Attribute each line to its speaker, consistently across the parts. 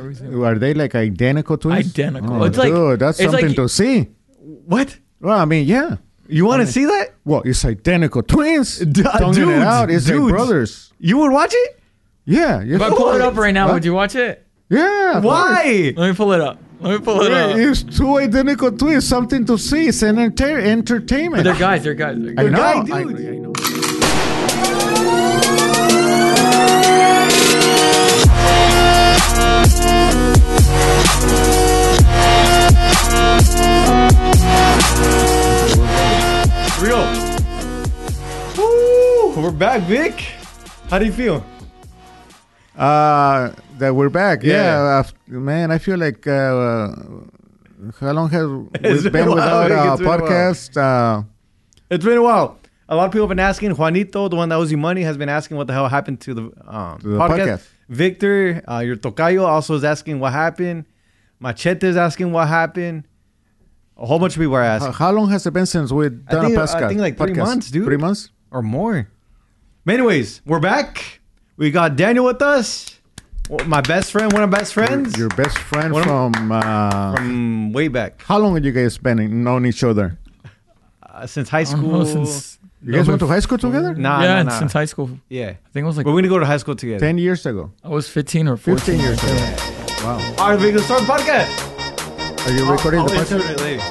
Speaker 1: every single.
Speaker 2: Are they like identical twins?
Speaker 1: Identical.
Speaker 2: Oh,
Speaker 1: It's like-
Speaker 2: dude, that's
Speaker 1: it's
Speaker 2: something
Speaker 1: like-
Speaker 2: to see.
Speaker 1: What?
Speaker 2: Well, I mean, yeah.
Speaker 3: You want to see that?
Speaker 2: Well, it's identical twins.
Speaker 3: D-
Speaker 2: Tonguing it
Speaker 3: dudes,
Speaker 2: out. It's like
Speaker 3: dudes.
Speaker 2: brothers.
Speaker 3: You would watch it?
Speaker 2: Yeah. yes,
Speaker 1: If I
Speaker 2: of
Speaker 1: pull it
Speaker 2: course.
Speaker 1: up right now,
Speaker 2: Huh?
Speaker 1: would you watch it?
Speaker 2: Yeah. of course.
Speaker 3: Why?
Speaker 1: Let me pull it up. Let me pull it up.
Speaker 2: It's two identical twins. Something to see. It's an enter- entertainment.
Speaker 1: They're guys. They're guys. They're
Speaker 2: I
Speaker 1: guys.
Speaker 2: know.
Speaker 3: guy
Speaker 2: I-
Speaker 3: dudes.
Speaker 2: I know.
Speaker 3: Real. Woo! We're back, Vic. How do you feel?
Speaker 2: Uh, that we're back. Yeah,
Speaker 3: Yeah.
Speaker 2: af- man, I feel like uh, how long has
Speaker 3: It's
Speaker 2: we
Speaker 3: been
Speaker 2: been
Speaker 3: a while.
Speaker 2: without
Speaker 3: It's
Speaker 2: a
Speaker 3: been a while.
Speaker 2: podcast? Uh,
Speaker 3: It's been a while. A lot of people have been asking. Juanito, the one that owes you money, has been asking what the hell happened to the, um,
Speaker 2: To the
Speaker 3: podcast.
Speaker 2: podcast.
Speaker 3: Victor, uh, your tocayo, also is asking what happened. Machete is asking what happened. A whole bunch of people are
Speaker 2: how,
Speaker 3: asking,
Speaker 2: Uh, how long has it been since we done
Speaker 3: I think-
Speaker 2: a
Speaker 3: I
Speaker 2: podcast?
Speaker 3: think like three
Speaker 2: podcast?
Speaker 3: months, dude.
Speaker 2: Three months.
Speaker 3: or more. But anyways, we're back. We got Daniel with us. Well, My best friend, one of my best friends
Speaker 2: Your best friend
Speaker 3: One of-
Speaker 2: from. Uh,
Speaker 3: from way back,
Speaker 2: how long have you guys been known each other?
Speaker 3: uh, since high
Speaker 1: I don't know,
Speaker 3: school.
Speaker 1: Oh, since
Speaker 2: You guys went to high school together?
Speaker 3: Nah,
Speaker 1: yeah,
Speaker 3: nah, nah.
Speaker 1: since high school.
Speaker 3: yeah.
Speaker 1: I think it was like
Speaker 3: But we're gonna go to high school together.
Speaker 2: Ten years ago.
Speaker 1: I was 15 or 14.
Speaker 2: Fifteen years ago. Wow.
Speaker 3: All right, we can start the podcast.
Speaker 2: Are you recording the
Speaker 3: I'll
Speaker 2: podcast?
Speaker 3: insert it later.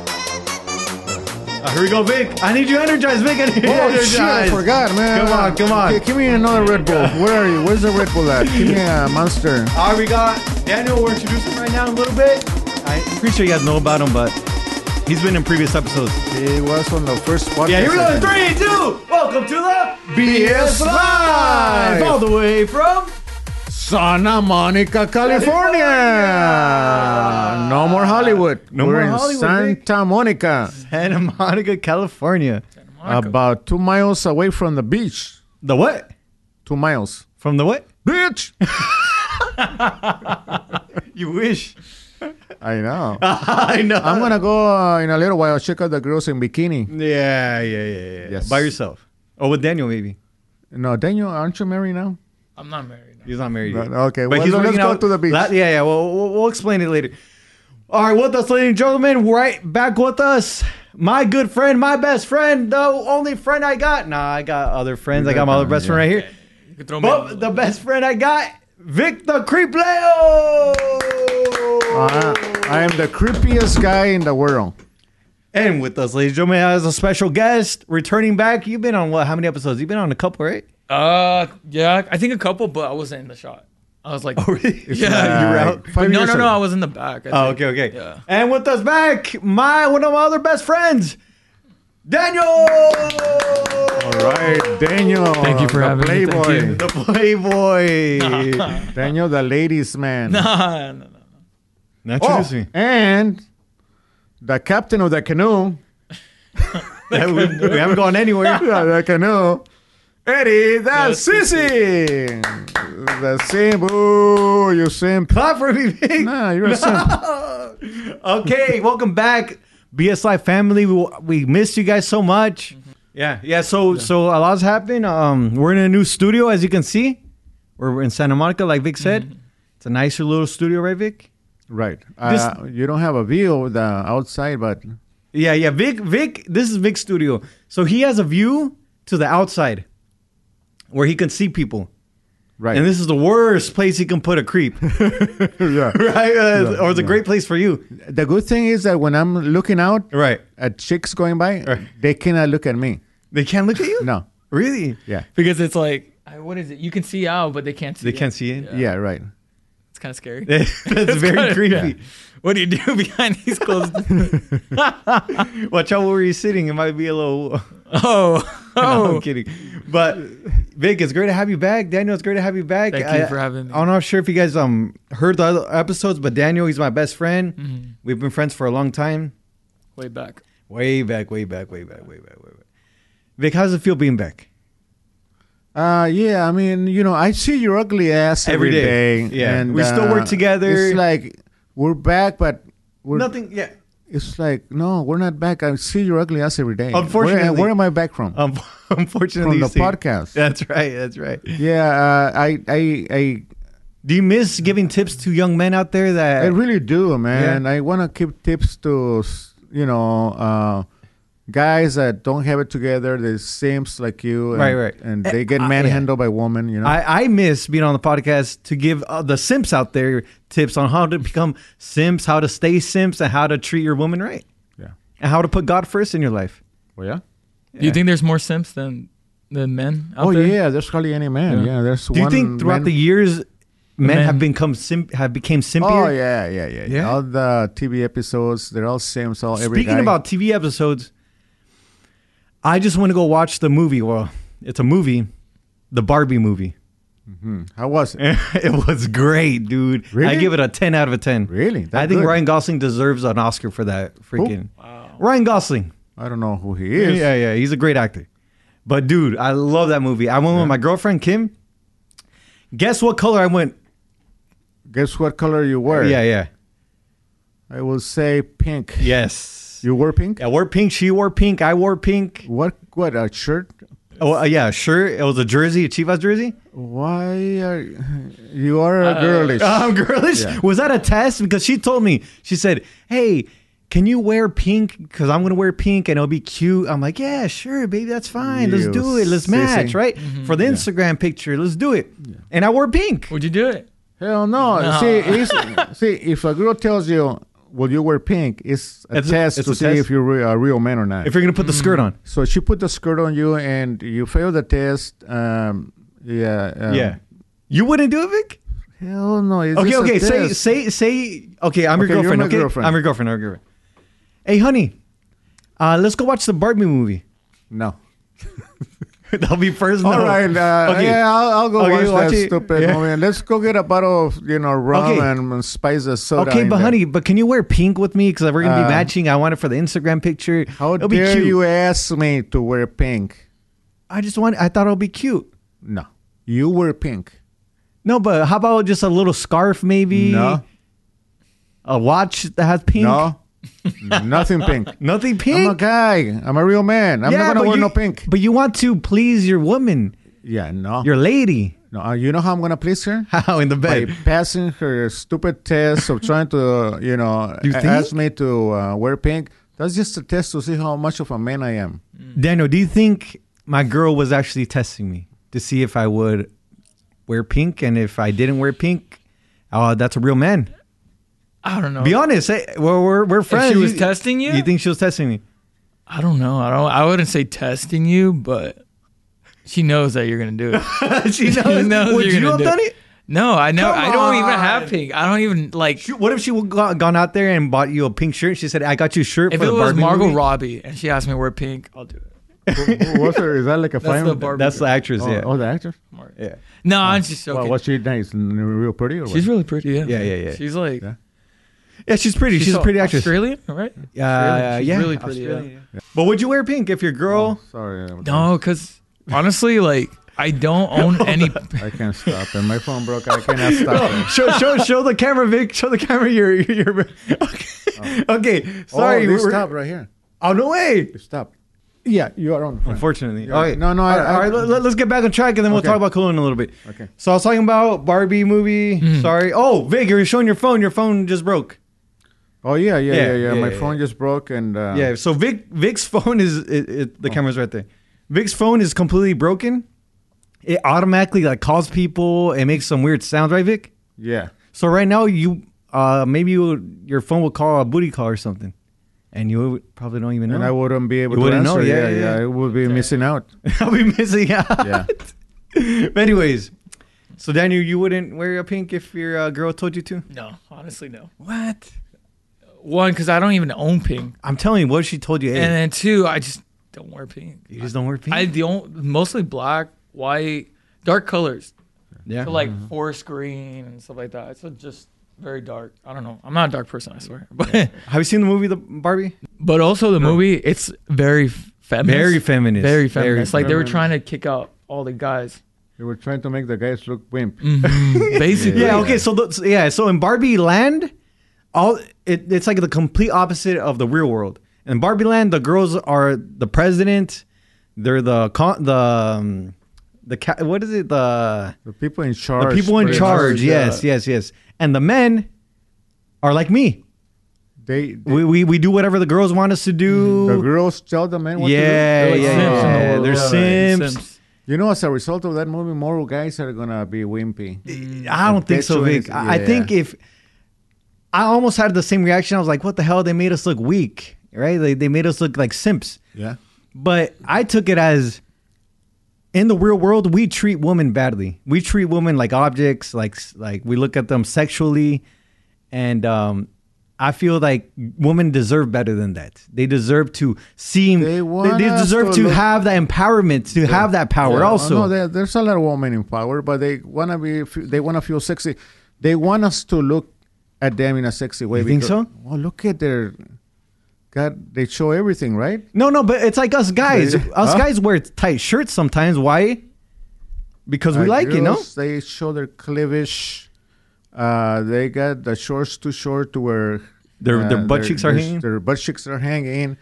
Speaker 3: Uh, here we go, Vic. I need you energized, Vic. I need you
Speaker 2: Oh
Speaker 3: energized.
Speaker 2: shit! I forgot, man.
Speaker 3: Come on, come on.
Speaker 2: Okay, give me another Red Bull. Where are you? Where's the Red Bull at? Give me a monster.
Speaker 3: All right, we got Daniel. We're introducing him right now in a little bit. I'm pretty sure you guys know about him, but he's been in previous episodes.
Speaker 2: It was on the first podcast.
Speaker 3: Yeah, here we go.
Speaker 2: I
Speaker 3: in
Speaker 2: think.
Speaker 3: Three, two. Welcome to the
Speaker 2: BS Live!
Speaker 3: all the way from.
Speaker 2: Santa Monica, California. No more Hollywood.
Speaker 3: No
Speaker 2: We're
Speaker 3: more
Speaker 2: in
Speaker 3: Hollywood,
Speaker 2: Santa Monica,
Speaker 3: Santa Monica, California.
Speaker 1: Monica.
Speaker 2: about two miles away from the beach.
Speaker 3: The what?
Speaker 2: Two miles.
Speaker 3: From the what?
Speaker 2: Beach.
Speaker 3: You wish.
Speaker 2: I know.
Speaker 3: I know.
Speaker 2: I'm gonna go uh, in a little while. Check out the girls in bikini.
Speaker 3: Yeah, yeah, yeah, yeah.
Speaker 2: Yes.
Speaker 3: By yourself. Or with Daniel, maybe.
Speaker 2: No, Daniel, aren't you married now?
Speaker 1: I'm not married. now.
Speaker 3: He's not married yet.
Speaker 2: No, okay, well,
Speaker 3: he's
Speaker 2: let's
Speaker 3: working
Speaker 2: go
Speaker 3: out-
Speaker 2: to the beach.
Speaker 3: La- yeah, yeah. Well, we'll, we'll explain it later. All right, with us, ladies and gentlemen, right back with us. My good friend, my best friend, the only friend I got. Nah, I got other friends. I got my other
Speaker 2: oh,
Speaker 3: best friend right here.
Speaker 1: You could throw me in a
Speaker 3: But
Speaker 1: little
Speaker 3: the
Speaker 1: bit.
Speaker 3: best friend I got, Victor Creepleo.
Speaker 2: Uh, I am the creepiest guy in the world.
Speaker 3: And with us, ladies and gentlemen, as a special guest, returning back. You've been on what? How many episodes? You've been on a couple, right?
Speaker 1: Uh, yeah, I think a couple, but I wasn't in the shot. I was like,
Speaker 3: really?
Speaker 1: Yeah.
Speaker 3: you were
Speaker 2: Uh,
Speaker 3: out.
Speaker 2: five
Speaker 1: no,
Speaker 2: years
Speaker 1: no, no,
Speaker 2: ago.
Speaker 1: I was in the back. I
Speaker 3: Oh,
Speaker 1: think.
Speaker 3: okay, okay.
Speaker 1: Yeah.
Speaker 3: And with us back, my one of my other best friends, Daniel.
Speaker 2: All right, Daniel.
Speaker 1: Thank you for
Speaker 2: the
Speaker 1: having me. Thank
Speaker 2: Playboy.
Speaker 1: you.
Speaker 3: The Playboy. now
Speaker 2: Daniel, the ladies' man.
Speaker 1: no, no, no.
Speaker 3: introduce me.
Speaker 2: Oh, And the captain of the canoe.
Speaker 3: we, we haven't gone anywhere.
Speaker 2: Yeah, the canoe. Eddie, the sissy. The simp. Ooh, you simp.
Speaker 3: Clap for me, Vic.
Speaker 2: Nah, you're a simp.
Speaker 3: okay, welcome back, BSI family. We, we missed you guys so much. Yeah, yeah. So so a lot's happened. Um, we're in a new studio, as you can see. We're, we're in Santa Monica, like Vic said. It's a nicer little studio, right, Vic?
Speaker 2: Right. Uh, you don't have a view of the outside, but
Speaker 3: Yeah, yeah. Vic, Vic. This is Vic's studio. So he has a view to the outside, where he can see people.
Speaker 2: right.
Speaker 3: And this is the worst place he can put a creep,
Speaker 2: yeah.
Speaker 3: right? Uh, or it's a
Speaker 2: yeah.
Speaker 3: great place for you,
Speaker 2: The good thing is that when I'm looking out
Speaker 3: right?
Speaker 2: at chicks going by,
Speaker 3: Right.
Speaker 2: they cannot look at me.
Speaker 3: They can't look at you.
Speaker 2: No.
Speaker 3: really.
Speaker 2: Yeah.
Speaker 1: Because it's like, I, what is it? You can see out, but they can't see.
Speaker 3: They
Speaker 1: in.
Speaker 3: can't see it.
Speaker 1: Yeah.
Speaker 2: Yeah, right.
Speaker 1: It's kind of scary.
Speaker 3: That's very
Speaker 1: kinda-
Speaker 3: creepy.
Speaker 1: What do you do behind these closed?
Speaker 3: Watch out where you're sitting. It might be a little.
Speaker 1: oh,
Speaker 3: No,
Speaker 1: oh.
Speaker 3: I'm kidding. But Vic, it's great to have you back. Daniel, it's great to have you back.
Speaker 1: Thank
Speaker 3: I,
Speaker 1: you for having me.
Speaker 3: I'm not sure if you guys um heard the other episodes, but Daniel, he's my best friend.
Speaker 1: Mm-hmm.
Speaker 3: We've been friends for a long time.
Speaker 1: Way back.
Speaker 3: Way back, way back, way back, way back, way back. Vic, how does it feel being back?
Speaker 2: Uh, yeah, I mean, you know, I see your ugly ass
Speaker 3: Every
Speaker 2: every
Speaker 3: day.
Speaker 2: day. uh,
Speaker 3: Yeah. We still work together.
Speaker 2: It's like we're back, but we're
Speaker 3: Nothing. Yeah.
Speaker 2: It's like no, we're not back. I see your ugly ass every day. Where-
Speaker 3: Unfortunately.
Speaker 2: where, am I back from?
Speaker 3: Um, unfortunately,
Speaker 2: From
Speaker 3: you
Speaker 2: the
Speaker 3: see-
Speaker 2: podcast.
Speaker 3: That's right. That's right.
Speaker 2: yeah, uh, I, I, I
Speaker 3: Do you miss giving tips to young men out there that
Speaker 2: I really do, man. I want to keep tips to, s- you know, uh, guys that don't have it together. They seems like you, and,
Speaker 3: Right, right.
Speaker 2: and
Speaker 3: Eh,
Speaker 2: they get
Speaker 3: uh, yeah.
Speaker 2: manhandled by women. You know,
Speaker 3: I, I miss being on the podcast to give uh, the simps out there tips on how to become simps, how to stay simps, and how to treat your woman right,
Speaker 2: yeah.
Speaker 3: and how to put God first in your life.
Speaker 2: Well, yeah.
Speaker 1: Do you think there's more simps than than men out
Speaker 2: Oh
Speaker 1: there?
Speaker 2: yeah, there's hardly any man. Yeah,
Speaker 1: Yeah.
Speaker 2: there's.
Speaker 3: Do you
Speaker 2: one
Speaker 3: think throughout
Speaker 2: man-
Speaker 3: the years, men,
Speaker 1: Men-
Speaker 3: have become simp, have became
Speaker 2: Oh
Speaker 3: simpier?
Speaker 2: yeah, yeah, yeah, yeah.
Speaker 3: Yeah.
Speaker 2: All the TV episodes, they're all same. So Oh, every
Speaker 3: Speaking
Speaker 2: guy-
Speaker 3: about TV episodes, I just want to go watch the movie. Well, it's a movie, the Barbie movie.
Speaker 2: how was it?
Speaker 3: it was great, dude. I
Speaker 2: Really?
Speaker 3: give it a ten out of a ten.
Speaker 2: Really? That
Speaker 3: I think
Speaker 2: good?
Speaker 3: Ryan Gosling deserves an Oscar for that. Freaking Ryan Gosling.
Speaker 2: I don't know who he is.
Speaker 3: Yeah, yeah, he's a great actor. But dude, I love that movie. I went with my girlfriend Kim. Guess what color I went?
Speaker 2: Guess what color you were?
Speaker 3: Yeah, yeah,
Speaker 2: I will say pink.
Speaker 3: yes.
Speaker 2: You wore pink.
Speaker 3: I wore pink. She wore pink. I wore pink.
Speaker 2: What? What? A shirt?
Speaker 3: Oh uh, yeah, sure. It was a jersey, a Chivas jersey.
Speaker 2: Why are you are a girlish?
Speaker 3: Um, girlish.
Speaker 2: Yeah.
Speaker 3: Was that a test? Because she told me, she said, "Hey, can you wear pink? Because I'm gonna wear pink and it'll be cute." I'm like, "Yeah, sure, baby, that's fine. Let's
Speaker 2: You
Speaker 3: do it. Let's
Speaker 2: sissy.
Speaker 3: match, right? For the Instagram picture, let's do it." And I wore pink.
Speaker 1: Would you do it?
Speaker 2: Hell no.
Speaker 1: No.
Speaker 2: See, it's, see, if a girl tells you, "Will you wear pink?" It's a
Speaker 3: It's a-
Speaker 2: test
Speaker 3: it's
Speaker 2: to
Speaker 3: a
Speaker 2: see
Speaker 3: test.
Speaker 2: if you're re- a real man or not.
Speaker 3: If you're gonna put the
Speaker 2: Mm-hmm.
Speaker 3: skirt on,
Speaker 2: so she put the skirt on you, and you failed the test. Um, yeah. um,
Speaker 3: yeah, you wouldn't do it, Vic.
Speaker 2: Hell no. It's
Speaker 3: Okay,
Speaker 2: just a
Speaker 3: okay. Say,
Speaker 2: test.
Speaker 3: say, say. Okay, I'm
Speaker 2: Okay, you're
Speaker 3: your girlfriend.
Speaker 2: my
Speaker 3: okay,
Speaker 2: girlfriend.
Speaker 3: I'm your girlfriend. I'm your girlfriend. Hey, honey, uh, let's go watch the Barbie movie.
Speaker 2: no.
Speaker 3: That'll be first.
Speaker 2: All
Speaker 3: no.
Speaker 2: right. Uh,
Speaker 3: Oh. Okay.
Speaker 2: Yeah, I'll, I'll go
Speaker 3: Okay,
Speaker 2: watch,
Speaker 3: watch
Speaker 2: that
Speaker 3: it.
Speaker 2: stupid
Speaker 3: Yeah.
Speaker 2: movie. Let's go get a bottle of you know rum
Speaker 3: Okay.
Speaker 2: and, and spice the soda.
Speaker 3: Okay,
Speaker 2: in
Speaker 3: but
Speaker 2: there.
Speaker 3: honey, but can you wear pink with me? Because we're gonna
Speaker 2: Uh,
Speaker 3: be matching. I want it for the Instagram picture.
Speaker 2: how
Speaker 3: it'll be
Speaker 2: dare
Speaker 3: cute.
Speaker 2: you ask me to wear pink?
Speaker 3: I just want. I thought it'll be cute.
Speaker 2: No, you wear pink.
Speaker 3: No, but how about just a little scarf, maybe?
Speaker 2: No.
Speaker 3: A watch that has pink.
Speaker 2: No, nothing pink.
Speaker 3: Nothing pink.
Speaker 2: I'm a guy. I'm a real man. I'm
Speaker 3: Yeah,
Speaker 2: not gonna
Speaker 3: but
Speaker 2: wear
Speaker 3: you-
Speaker 2: no pink.
Speaker 3: But you want to please your woman,
Speaker 2: Yeah, no.
Speaker 3: your lady.
Speaker 2: no. uh, you know how I'm gonna please her?
Speaker 3: How in the
Speaker 2: By
Speaker 3: bed?
Speaker 2: passing her stupid test of trying to, uh, you know,
Speaker 3: You
Speaker 2: a-
Speaker 3: think?
Speaker 2: ask me to uh, wear pink. That's just a test to see how much of a man I am.
Speaker 3: Daniel, do you think my girl was actually testing me to see if I would wear pink, and if I didn't wear pink, uh, that's a real man.
Speaker 1: I don't know.
Speaker 2: Oh.
Speaker 3: Be honest. Hey, we're, we're, we're friends.
Speaker 1: was testing you?
Speaker 3: You think she was testing me?
Speaker 1: I don't know. I don't. I wouldn't say testing you, but she knows that you're gonna do it.
Speaker 3: she
Speaker 1: She knows
Speaker 3: Would
Speaker 1: you're
Speaker 3: you
Speaker 1: gonna
Speaker 3: have
Speaker 1: do
Speaker 3: done
Speaker 1: it.
Speaker 3: it?
Speaker 1: No, I know.
Speaker 3: Come
Speaker 1: I don't even
Speaker 3: on.
Speaker 1: have pink. I don't even like.
Speaker 3: She- What if she would go- gone out there and bought you a pink shirt? She said, "I got you a shirt
Speaker 1: if
Speaker 3: for
Speaker 1: it
Speaker 3: the
Speaker 1: was
Speaker 3: Barbie
Speaker 1: Margot
Speaker 3: movie."
Speaker 1: Robbie and she asked me to wear pink, I'll do it.
Speaker 2: Who- who was her? Is that like a
Speaker 1: That's
Speaker 2: fine?
Speaker 1: the Barbie.
Speaker 3: That's the
Speaker 1: girl.
Speaker 3: actress.
Speaker 2: Oh,
Speaker 3: yeah.
Speaker 2: oh, the actor.
Speaker 1: Margot.
Speaker 3: yeah.
Speaker 1: No, I'm just joking.
Speaker 2: Well, was she nice? and Real pretty or what?
Speaker 1: She's really pretty. Yeah.
Speaker 3: Yeah, yeah, yeah.
Speaker 1: She's like.
Speaker 2: Yeah.
Speaker 3: Yeah, she's pretty. She's, a
Speaker 1: au-
Speaker 3: pretty actress.
Speaker 1: Australian, right?
Speaker 3: Uh,
Speaker 1: Australian. She's
Speaker 3: yeah,
Speaker 1: really pretty. yeah.
Speaker 3: Australian, yeah. But would you wear pink if your girl?
Speaker 2: Oh, Sorry. I-
Speaker 1: No, because honestly, like I don't own any.
Speaker 2: I can't stop it. My phone broke. I cannot stop it.
Speaker 3: Show, show, show the camera, Vic. Show the camera. Your, your. your- Okay. okay. Sorry.
Speaker 2: oh, they
Speaker 3: we- we're-
Speaker 2: stopped right here.
Speaker 3: Oh no way.
Speaker 2: They stopped. Yeah, you are on. front.
Speaker 3: Unfortunately.
Speaker 2: Yeah. No, no, I-
Speaker 3: All right.
Speaker 2: I-
Speaker 3: all right, let- let, us get back on track, and then we'll
Speaker 2: Okay.
Speaker 3: talk about Cologne in a little bit.
Speaker 2: Okay.
Speaker 3: So I was talking about Barbie movie. Sorry. Oh, Vic, you're showing your phone. Your phone just broke.
Speaker 2: Oh yeah, yeah,
Speaker 3: Yeah,
Speaker 2: yeah, yeah.
Speaker 3: yeah,
Speaker 2: My
Speaker 3: yeah,
Speaker 2: phone just broke, and uh,
Speaker 3: Yeah. So Vic Vic's phone is it, it,
Speaker 2: Oh.
Speaker 3: the camera's right there. Vic's phone is completely broken. It automatically like calls people. It makes some weird sounds, right, Vic?
Speaker 2: yeah.
Speaker 3: So right now you uh maybe you, your phone will call a booty call or something, and you would- probably don't even know.
Speaker 2: And I wouldn't be able
Speaker 3: You
Speaker 2: to
Speaker 3: wouldn't
Speaker 2: answer.
Speaker 3: know, yeah,
Speaker 2: Yeah,
Speaker 3: yeah, yeah.
Speaker 2: I would be missing out.
Speaker 3: I'll be missing out.
Speaker 2: Yeah.
Speaker 3: but anyways, so Daniel, you wouldn't wear a pink if your uh, girl told you to.
Speaker 1: no, honestly, no.
Speaker 3: What?
Speaker 1: One, because I don't even own pink,
Speaker 3: I'm telling you, what she told you. Hey,
Speaker 1: and then two, I just don't wear pink.
Speaker 3: you just don't wear pink.
Speaker 1: I the only, mostly black, white, dark colors,
Speaker 3: yeah.
Speaker 1: so like forest green and stuff like that. It's just very dark. I don't know. I'm not a dark person, I swear. But
Speaker 3: Have you seen the movie The Barbie?
Speaker 1: but also the movie, it's very f- feminist.
Speaker 3: Very feminist.
Speaker 1: Very feminist. like they were
Speaker 2: feminist.
Speaker 1: trying to kick out all the guys.
Speaker 2: They were trying to make the guys look wimp.
Speaker 1: Basically.
Speaker 3: Yeah. Okay. So the, so- yeah. So in Barbie Land, all it, it's like the complete opposite of the real world. In Barbie Land, the girls are the president. They're the con- the um, the ca- what is it the
Speaker 2: The people in charge.
Speaker 3: the people in
Speaker 2: pretty
Speaker 3: charge.
Speaker 2: much,
Speaker 3: Yes,
Speaker 2: yeah.
Speaker 3: yes, yes. And the men are like me.
Speaker 2: They, they-
Speaker 3: We we, we do whatever the girls want us to do.
Speaker 2: the girls tell the men what
Speaker 3: Yeah,
Speaker 2: to
Speaker 1: They're
Speaker 2: do.
Speaker 1: like
Speaker 3: yeah,
Speaker 1: Sims in the
Speaker 3: yeah.
Speaker 1: world.
Speaker 3: They're
Speaker 1: Yeah,
Speaker 3: Sims.
Speaker 2: You know, as a result of that movie, more guys are gonna be wimpy.
Speaker 3: I don't think so, Vic.
Speaker 2: Perpetuates-
Speaker 3: I I
Speaker 2: yeah.
Speaker 3: think if I almost had the same reaction, I was like, "What the hell? They made us look weak, right? They they made us look like simps."
Speaker 2: Yeah.
Speaker 3: But I took it as in the real world, we treat women badly. We treat women like objects, like like we look at them sexually, and um, I feel like women deserve better than that. They deserve to seem.
Speaker 2: They
Speaker 3: They,
Speaker 2: want
Speaker 3: they
Speaker 2: us
Speaker 3: deserve
Speaker 2: to
Speaker 3: to,
Speaker 2: look-
Speaker 3: have that empowerment, to have that power.
Speaker 2: Yeah.
Speaker 3: Also,
Speaker 2: Oh, no, there, there's a lot of women in power, but they wanna be. They wanna feel sexy. They want us to look at them in a sexy way.
Speaker 3: You think so?
Speaker 2: Well, look at their. God, they show everything, right?
Speaker 3: No, no, but it's like us guys.
Speaker 2: Yeah.
Speaker 3: Us
Speaker 2: Huh?
Speaker 3: guys wear tight shirts sometimes. Why? Because we
Speaker 2: Uh,
Speaker 3: like it, no?
Speaker 2: girls, They show their cleavage. Uh, they got the shorts too short to where
Speaker 3: Their-
Speaker 2: uh,
Speaker 3: their butt cheeks are
Speaker 2: their-
Speaker 3: hanging?
Speaker 2: Their butt cheeks are hanging,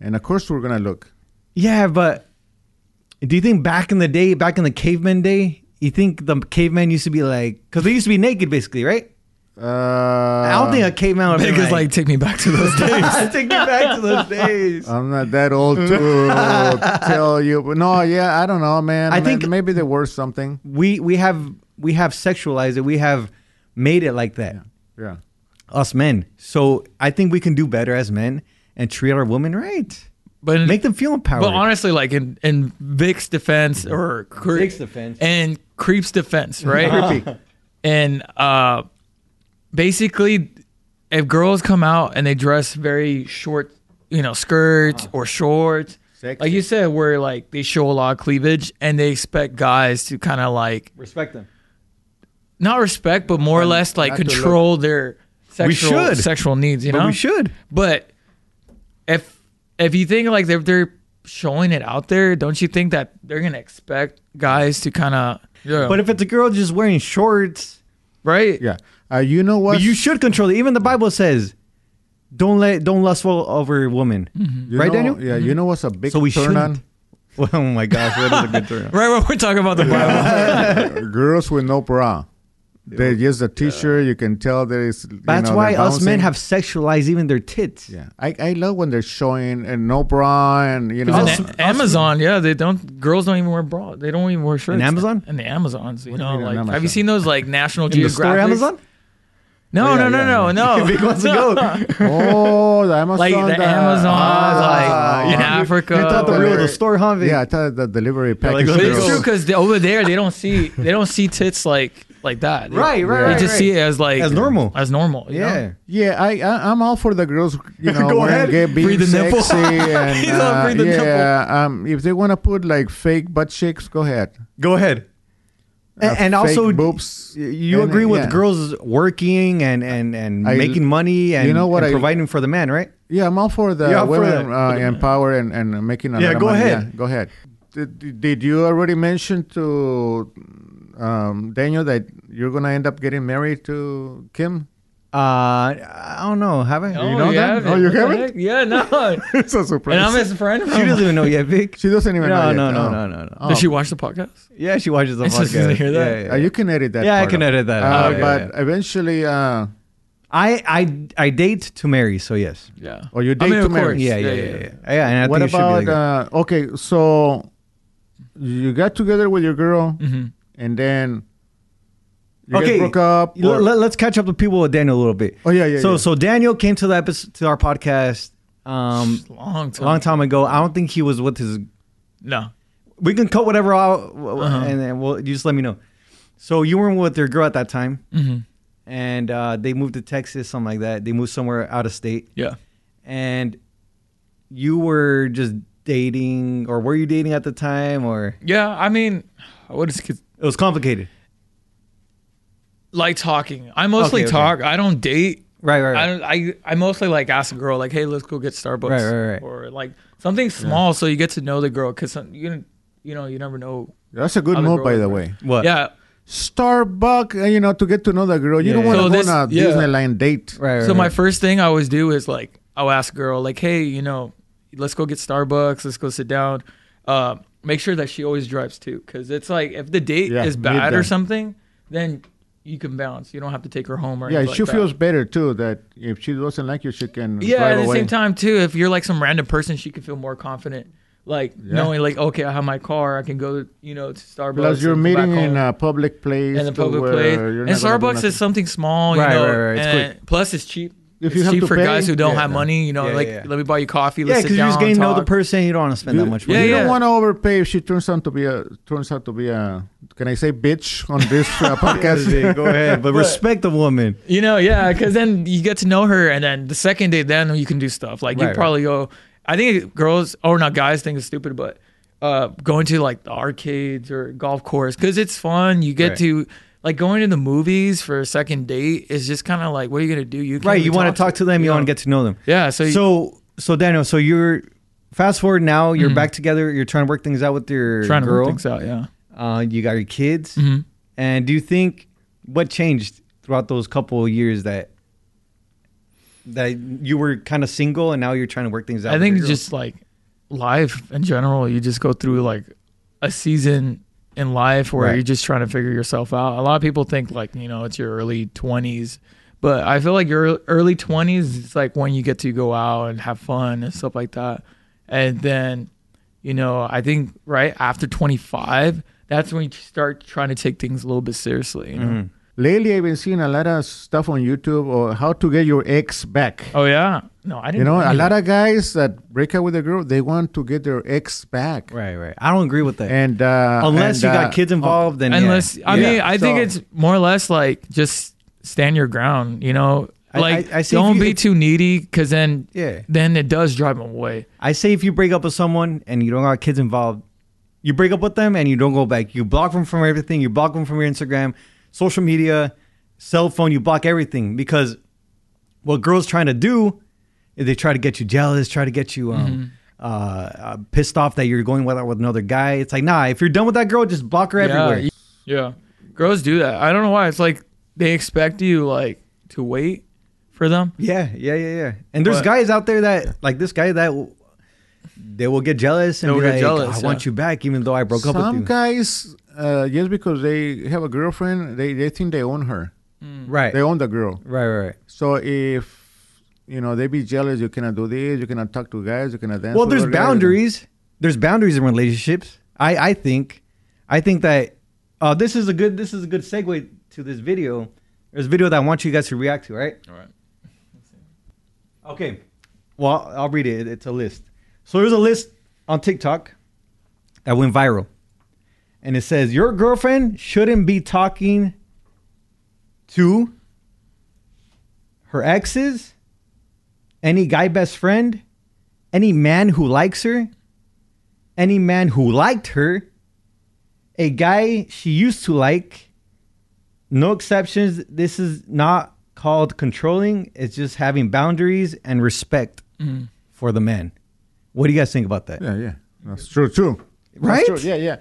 Speaker 2: and of course we're gonna look.
Speaker 3: Yeah, but do you think back in the day, back in the caveman day, you think the caveman used to be like, because they used to be naked basically, right?
Speaker 2: Uh,
Speaker 3: I don't think a caveman would be
Speaker 1: Because
Speaker 3: like,
Speaker 1: like take me back to those days.
Speaker 3: take me back to those days.
Speaker 2: I'm not that old to tell you, but no, yeah, I don't know, man.
Speaker 3: I
Speaker 2: Ma-
Speaker 3: think-
Speaker 2: maybe they were something.
Speaker 3: We we have we have sexualized it. We have made it like that.
Speaker 2: Yeah,
Speaker 3: Us men. So I think we can do better as men and treat our women right.
Speaker 1: But
Speaker 3: Make them feel empowered.
Speaker 1: Hmm. But honestly, like in, in Vic's defense or Cre-
Speaker 3: Vic's defense.
Speaker 1: and Creep's defense, right? and uh, basically, if girls come out and they dress very short, you know, skirts or shorts,
Speaker 2: Sexy.
Speaker 1: like you said, where like they show a lot of cleavage and they expect guys to kind of like
Speaker 3: Respect them.
Speaker 1: not respect, but more or less like
Speaker 2: not to look-
Speaker 1: control their sexual
Speaker 3: should.
Speaker 1: sexual needs. You
Speaker 3: But
Speaker 1: know,
Speaker 3: we should.
Speaker 1: But if if you think like they're they're showing it out there, don't you think that they're gonna expect guys to kind of yeah,
Speaker 3: But if it's a girl just wearing shorts,
Speaker 1: right?
Speaker 2: yeah. Uh, you know what?
Speaker 3: but you should control it. Even the Bible says, "Don't let don't lustful over a woman."
Speaker 1: Mm-hmm.
Speaker 2: You
Speaker 3: right,
Speaker 2: know-
Speaker 3: Daniel? Mm-hmm.
Speaker 2: Yeah, you know what's a big
Speaker 3: So we
Speaker 2: turn on?
Speaker 3: shouldn't. oh my gosh, what is a good turn?
Speaker 1: Right. When we're talking about the Bible,
Speaker 2: Girls with no bra. They're just a t-shirt. You can tell there is. you
Speaker 3: That's
Speaker 2: know,
Speaker 3: why
Speaker 2: they're
Speaker 3: us
Speaker 2: bouncing.
Speaker 3: men have sexualized even their tits.
Speaker 2: Yeah, I, I love when they're showing and no bra and you know.
Speaker 1: And
Speaker 3: Us-
Speaker 1: A- Amazon, yeah, they don't. Girls don't even wear bra. They don't even wear shirts.
Speaker 3: Amazon?
Speaker 1: and the Amazons, you
Speaker 2: What do you
Speaker 1: know,
Speaker 2: mean
Speaker 1: like
Speaker 2: on
Speaker 1: have you
Speaker 2: Amazon?
Speaker 1: seen those like National
Speaker 3: In the
Speaker 1: Geographic?
Speaker 3: store, Amazon.
Speaker 1: No,
Speaker 2: Oh, yeah,
Speaker 1: no, no,
Speaker 2: yeah,
Speaker 1: no,
Speaker 2: yeah.
Speaker 1: no,
Speaker 3: Big ones to go.
Speaker 2: oh, the Amazon.
Speaker 1: Like the Amazon,
Speaker 2: Ah,
Speaker 1: like in
Speaker 2: you-
Speaker 1: Africa.
Speaker 3: You thought the
Speaker 2: were-
Speaker 3: real the store, huh? Vic?
Speaker 2: Yeah, I thought the delivery
Speaker 3: like,
Speaker 2: package.
Speaker 1: But it's
Speaker 3: Girls.
Speaker 1: true because over there they don't see they don't see tits like like that. They-
Speaker 3: Right, right,
Speaker 1: They
Speaker 3: right,
Speaker 1: just
Speaker 3: right.
Speaker 1: see it as like
Speaker 3: As normal.
Speaker 1: As normal. you know?
Speaker 3: yeah.
Speaker 2: yeah, I, I I'm all for the girls. You know,
Speaker 3: Go
Speaker 2: wearing
Speaker 3: ahead,
Speaker 2: gay, being
Speaker 1: breathe the nipple.
Speaker 2: sexy and
Speaker 1: He's all,
Speaker 2: uh,
Speaker 1: "Breathe the nipple."
Speaker 2: yeah. Um, if they want to put like fake butt shakes, go ahead.
Speaker 3: Go ahead.
Speaker 2: Uh,
Speaker 3: And, and
Speaker 2: fake
Speaker 3: also,
Speaker 2: boobs.
Speaker 3: y- you
Speaker 2: And,
Speaker 3: agree with
Speaker 2: yeah.
Speaker 3: girls working and and and
Speaker 2: I-
Speaker 3: making money and,
Speaker 2: you know what
Speaker 3: and
Speaker 2: I-
Speaker 3: providing for the man, right?
Speaker 2: Yeah, I'm all for the
Speaker 3: Yeah, I'm for
Speaker 2: women
Speaker 3: that.
Speaker 2: uh, and power and, and making a
Speaker 3: Yeah,
Speaker 2: lot of
Speaker 3: go
Speaker 2: money.
Speaker 3: ahead.
Speaker 2: Yeah, go ahead. Did, did you already mention to um, Daniel that you're gonna end up getting married to Kim?
Speaker 3: Uh, I don't know. Have I?
Speaker 1: No,
Speaker 2: You know that?
Speaker 1: haven't.
Speaker 2: Oh, you
Speaker 1: What the
Speaker 2: haven't?
Speaker 1: heck? Yeah, no.
Speaker 2: it's a surprise.
Speaker 1: and I'm his friend.
Speaker 3: She
Speaker 1: from-
Speaker 3: doesn't even know yet, Vic.
Speaker 2: she doesn't even know.
Speaker 3: No, no,
Speaker 2: yet.
Speaker 3: no,
Speaker 2: Oh.
Speaker 3: no, no, no.
Speaker 2: Oh.
Speaker 1: Does she watch the podcast?
Speaker 3: Yeah, she watches the
Speaker 1: It's just
Speaker 3: podcast.
Speaker 1: to hear that.
Speaker 3: Yeah, yeah,
Speaker 2: Uh, you can edit that.
Speaker 3: Yeah, I
Speaker 2: part
Speaker 3: can
Speaker 2: out.
Speaker 3: edit that.
Speaker 2: Uh,
Speaker 3: out. Yeah,
Speaker 2: but
Speaker 3: yeah, yeah.
Speaker 2: eventually, uh,
Speaker 3: I, I, I date to marry, so yes.
Speaker 1: Yeah.
Speaker 2: or you
Speaker 1: I
Speaker 2: date
Speaker 1: mean,
Speaker 2: to
Speaker 1: of
Speaker 2: marry.
Speaker 1: course.
Speaker 3: Yeah, yeah, yeah, yeah. yeah. and I
Speaker 2: what
Speaker 3: think it should be
Speaker 2: about
Speaker 3: like that.
Speaker 2: uh, okay? So you got together with your girl,
Speaker 3: Mm-hmm.
Speaker 1: Mhm.
Speaker 2: and then you guys
Speaker 3: Okay,
Speaker 2: broke up.
Speaker 3: L-
Speaker 2: or-
Speaker 3: let, us catch up with people with Daniel a little bit.
Speaker 2: oh yeah, yeah.
Speaker 3: so,
Speaker 2: yeah.
Speaker 3: so Daniel came to the episode, to our podcast um,
Speaker 1: It's a long
Speaker 3: a
Speaker 1: time.
Speaker 3: long time ago. I don't think he was with his.
Speaker 1: No.
Speaker 3: We can cut whatever out, w- w-
Speaker 1: Uh-huh.
Speaker 3: and then we'll you just let me know. So you weren't with your girl at that time,
Speaker 1: hmm
Speaker 3: and uh, they moved to Texas, something like that. They moved somewhere out of state,
Speaker 1: Yeah.
Speaker 3: and you were just dating, or were you dating at the time, or
Speaker 1: Yeah. I mean, I would just get-
Speaker 3: it was complicated.
Speaker 1: like talking. I mostly
Speaker 3: Okay, okay.
Speaker 1: talk. I don't date.
Speaker 3: Right, right, right.
Speaker 1: I, don't, I I mostly like ask a girl like, hey, let's go get Starbucks,
Speaker 3: Right, right, right.
Speaker 1: or like something small so you get to know the girl because you you know you never know.
Speaker 2: that's a good
Speaker 1: other
Speaker 2: move,
Speaker 1: girl
Speaker 2: by
Speaker 1: is
Speaker 2: the
Speaker 1: right.
Speaker 2: way.
Speaker 3: What?
Speaker 1: yeah.
Speaker 2: Starbucks, uh, you know, to get to know the girl. You
Speaker 3: Yeah,
Speaker 2: don't
Speaker 3: yeah.
Speaker 2: want to go
Speaker 1: So this-
Speaker 2: on a
Speaker 1: yeah.
Speaker 2: Disneyland date.
Speaker 3: Right. right
Speaker 1: So my
Speaker 3: right.
Speaker 1: first thing I always do is like I'll ask a girl like, hey, you know, let's go get Starbucks, let's go sit down. Uh, make sure that she always drives too, because it's like if the date
Speaker 2: Yeah,
Speaker 1: is
Speaker 2: meet
Speaker 1: bad or
Speaker 2: them.
Speaker 1: something, then you can bounce. You don't have to take her home or
Speaker 2: Yeah,
Speaker 1: anything
Speaker 2: she
Speaker 1: like that.
Speaker 2: feels better too that if she doesn't like you, she can.
Speaker 1: Yeah,
Speaker 2: drive
Speaker 1: at the
Speaker 2: away.
Speaker 1: same time too, if you're like some random person, she could feel more confident, like knowing like okay, I have my car, I can go, you know, to Starbucks.
Speaker 2: Plus, you're
Speaker 1: and go back
Speaker 2: meeting in
Speaker 1: home
Speaker 2: a public place.
Speaker 1: in a
Speaker 2: to
Speaker 1: public
Speaker 2: where
Speaker 1: place,
Speaker 2: you're
Speaker 1: and
Speaker 2: not gonna do
Speaker 1: Starbucks
Speaker 2: nothing.
Speaker 1: is something small, you
Speaker 3: Right,
Speaker 1: know.
Speaker 3: right, right, it's
Speaker 1: and Plus, it's cheap.
Speaker 2: If
Speaker 1: it's
Speaker 2: you have
Speaker 1: cheap
Speaker 2: to
Speaker 1: for
Speaker 2: pay,
Speaker 1: guys who don't
Speaker 2: yeah.
Speaker 1: have money, you know,
Speaker 3: Yeah,
Speaker 1: like
Speaker 3: yeah.
Speaker 1: let me buy you coffee.
Speaker 3: Yeah,
Speaker 1: Let's
Speaker 3: because
Speaker 1: sit
Speaker 3: you're
Speaker 1: down.
Speaker 3: just getting to know the
Speaker 1: talk.
Speaker 3: person. You don't want to spend that much
Speaker 1: Yeah,
Speaker 2: you
Speaker 3: money.
Speaker 1: yeah.
Speaker 2: don't want to overpay if she turns out to be a turns out to be a can I say bitch on this uh, podcast?
Speaker 3: Go ahead, but respect the woman.
Speaker 1: You know, yeah, because then you get to know her, and then the second day, then you can do stuff. Like
Speaker 3: Right,
Speaker 1: you
Speaker 3: right.
Speaker 1: probably go. I think girls or not guys think it's stupid, but uh, going to like the arcades or golf course because it's fun. You get
Speaker 3: Right.
Speaker 1: to like going to the movies for a second date is just kind of like what are you gonna do? You can't
Speaker 3: Right,
Speaker 1: really
Speaker 3: you want to talk to them. You want to get to know them.
Speaker 1: yeah. So, so
Speaker 3: So, so Daniel, so you're fast forward now. You're back together. You're trying to work things out with your
Speaker 1: Mm-hmm. trying to
Speaker 3: girl.
Speaker 1: work things Mm-hmm. out. Yeah.
Speaker 3: Uh, you got your kids. And do you think what changed throughout those couple of years that that you were kind of single and now you're trying to work things out?
Speaker 1: I
Speaker 3: with
Speaker 1: think
Speaker 3: your girl?
Speaker 1: just like life in general, you just go through like a season in life where
Speaker 3: Right.
Speaker 1: you're just trying to figure yourself out. A lot of people think like, you know, it's your early 20s, but I feel like your early 20s is like when you get to go out and have fun and stuff like that. And then, you know, I think right after 25, that's when you start trying to take things a little bit seriously. You know?
Speaker 2: Lately, I've been seeing a lot of stuff on YouTube or how to get your ex back.
Speaker 1: Oh, yeah. No, I didn't
Speaker 2: You know, a
Speaker 1: any
Speaker 2: lot
Speaker 1: that.
Speaker 2: of guys that break up with a girl, they want to get their ex back.
Speaker 3: right, right. I don't agree with that.
Speaker 2: And uh,
Speaker 3: Unless
Speaker 2: and,
Speaker 3: you
Speaker 2: uh,
Speaker 3: got kids involved, then yeah.
Speaker 1: unless I
Speaker 3: Yeah.
Speaker 1: mean I think
Speaker 2: so-
Speaker 1: it's more or less like just stand your ground, you know.
Speaker 3: I-
Speaker 1: Like
Speaker 3: I- I see if
Speaker 1: don't
Speaker 3: you-
Speaker 1: be too needy because then
Speaker 3: Yeah.
Speaker 1: then it does drive them away.
Speaker 3: I say if you break up with someone and you don't got kids involved, you break up with them and you don't go back. You block them from everything. You block them from your Instagram, social media, cell phone. You block everything because what girls trying to do is they try to get you jealous, try to get you um,
Speaker 1: Mm-hmm.
Speaker 3: uh, uh, pissed off that you're going with, with another guy. It's like nah, if you're done with that girl, just block her everywhere.
Speaker 1: Yeah, yeah. Girls do that. I don't know why. It's like they expect you like to wait for them.
Speaker 3: Yeah, yeah, yeah, yeah. And there's
Speaker 1: But-
Speaker 3: guys out there that like this guy that w- they will get jealous and
Speaker 1: They'll
Speaker 3: be
Speaker 1: get
Speaker 3: like,
Speaker 1: jealous,
Speaker 3: I
Speaker 1: yeah.
Speaker 3: want you back, even though I broke up with
Speaker 2: some
Speaker 3: you.
Speaker 2: guys, uh, just because they have a girlfriend, they, they think they own her.
Speaker 3: right,
Speaker 2: They
Speaker 3: right,
Speaker 2: own the girl.
Speaker 3: right, right.
Speaker 2: So if you know they be jealous, you cannot do this, you cannot talk to guys, you cannot dance.
Speaker 3: well
Speaker 2: with
Speaker 3: there's
Speaker 2: other guys.
Speaker 3: boundaries there's boundaries in relationships i i think i think that uh this is a good this is a good segue to this video there's a video that i want you guys to react to right
Speaker 1: All right.
Speaker 3: okay well i'll- i'll read it it's a list so there's a list on tiktok that went viral and it says your girlfriend shouldn't be talking to her exes any guy best friend any man who likes her, any man who liked her, a guy she used to like, no exceptions. This is not called controlling, it's just having boundaries and respect for the man. What do you guys think about that?
Speaker 2: Yeah, yeah, that's true too. That's
Speaker 3: Right?
Speaker 2: true. Yeah, yeah.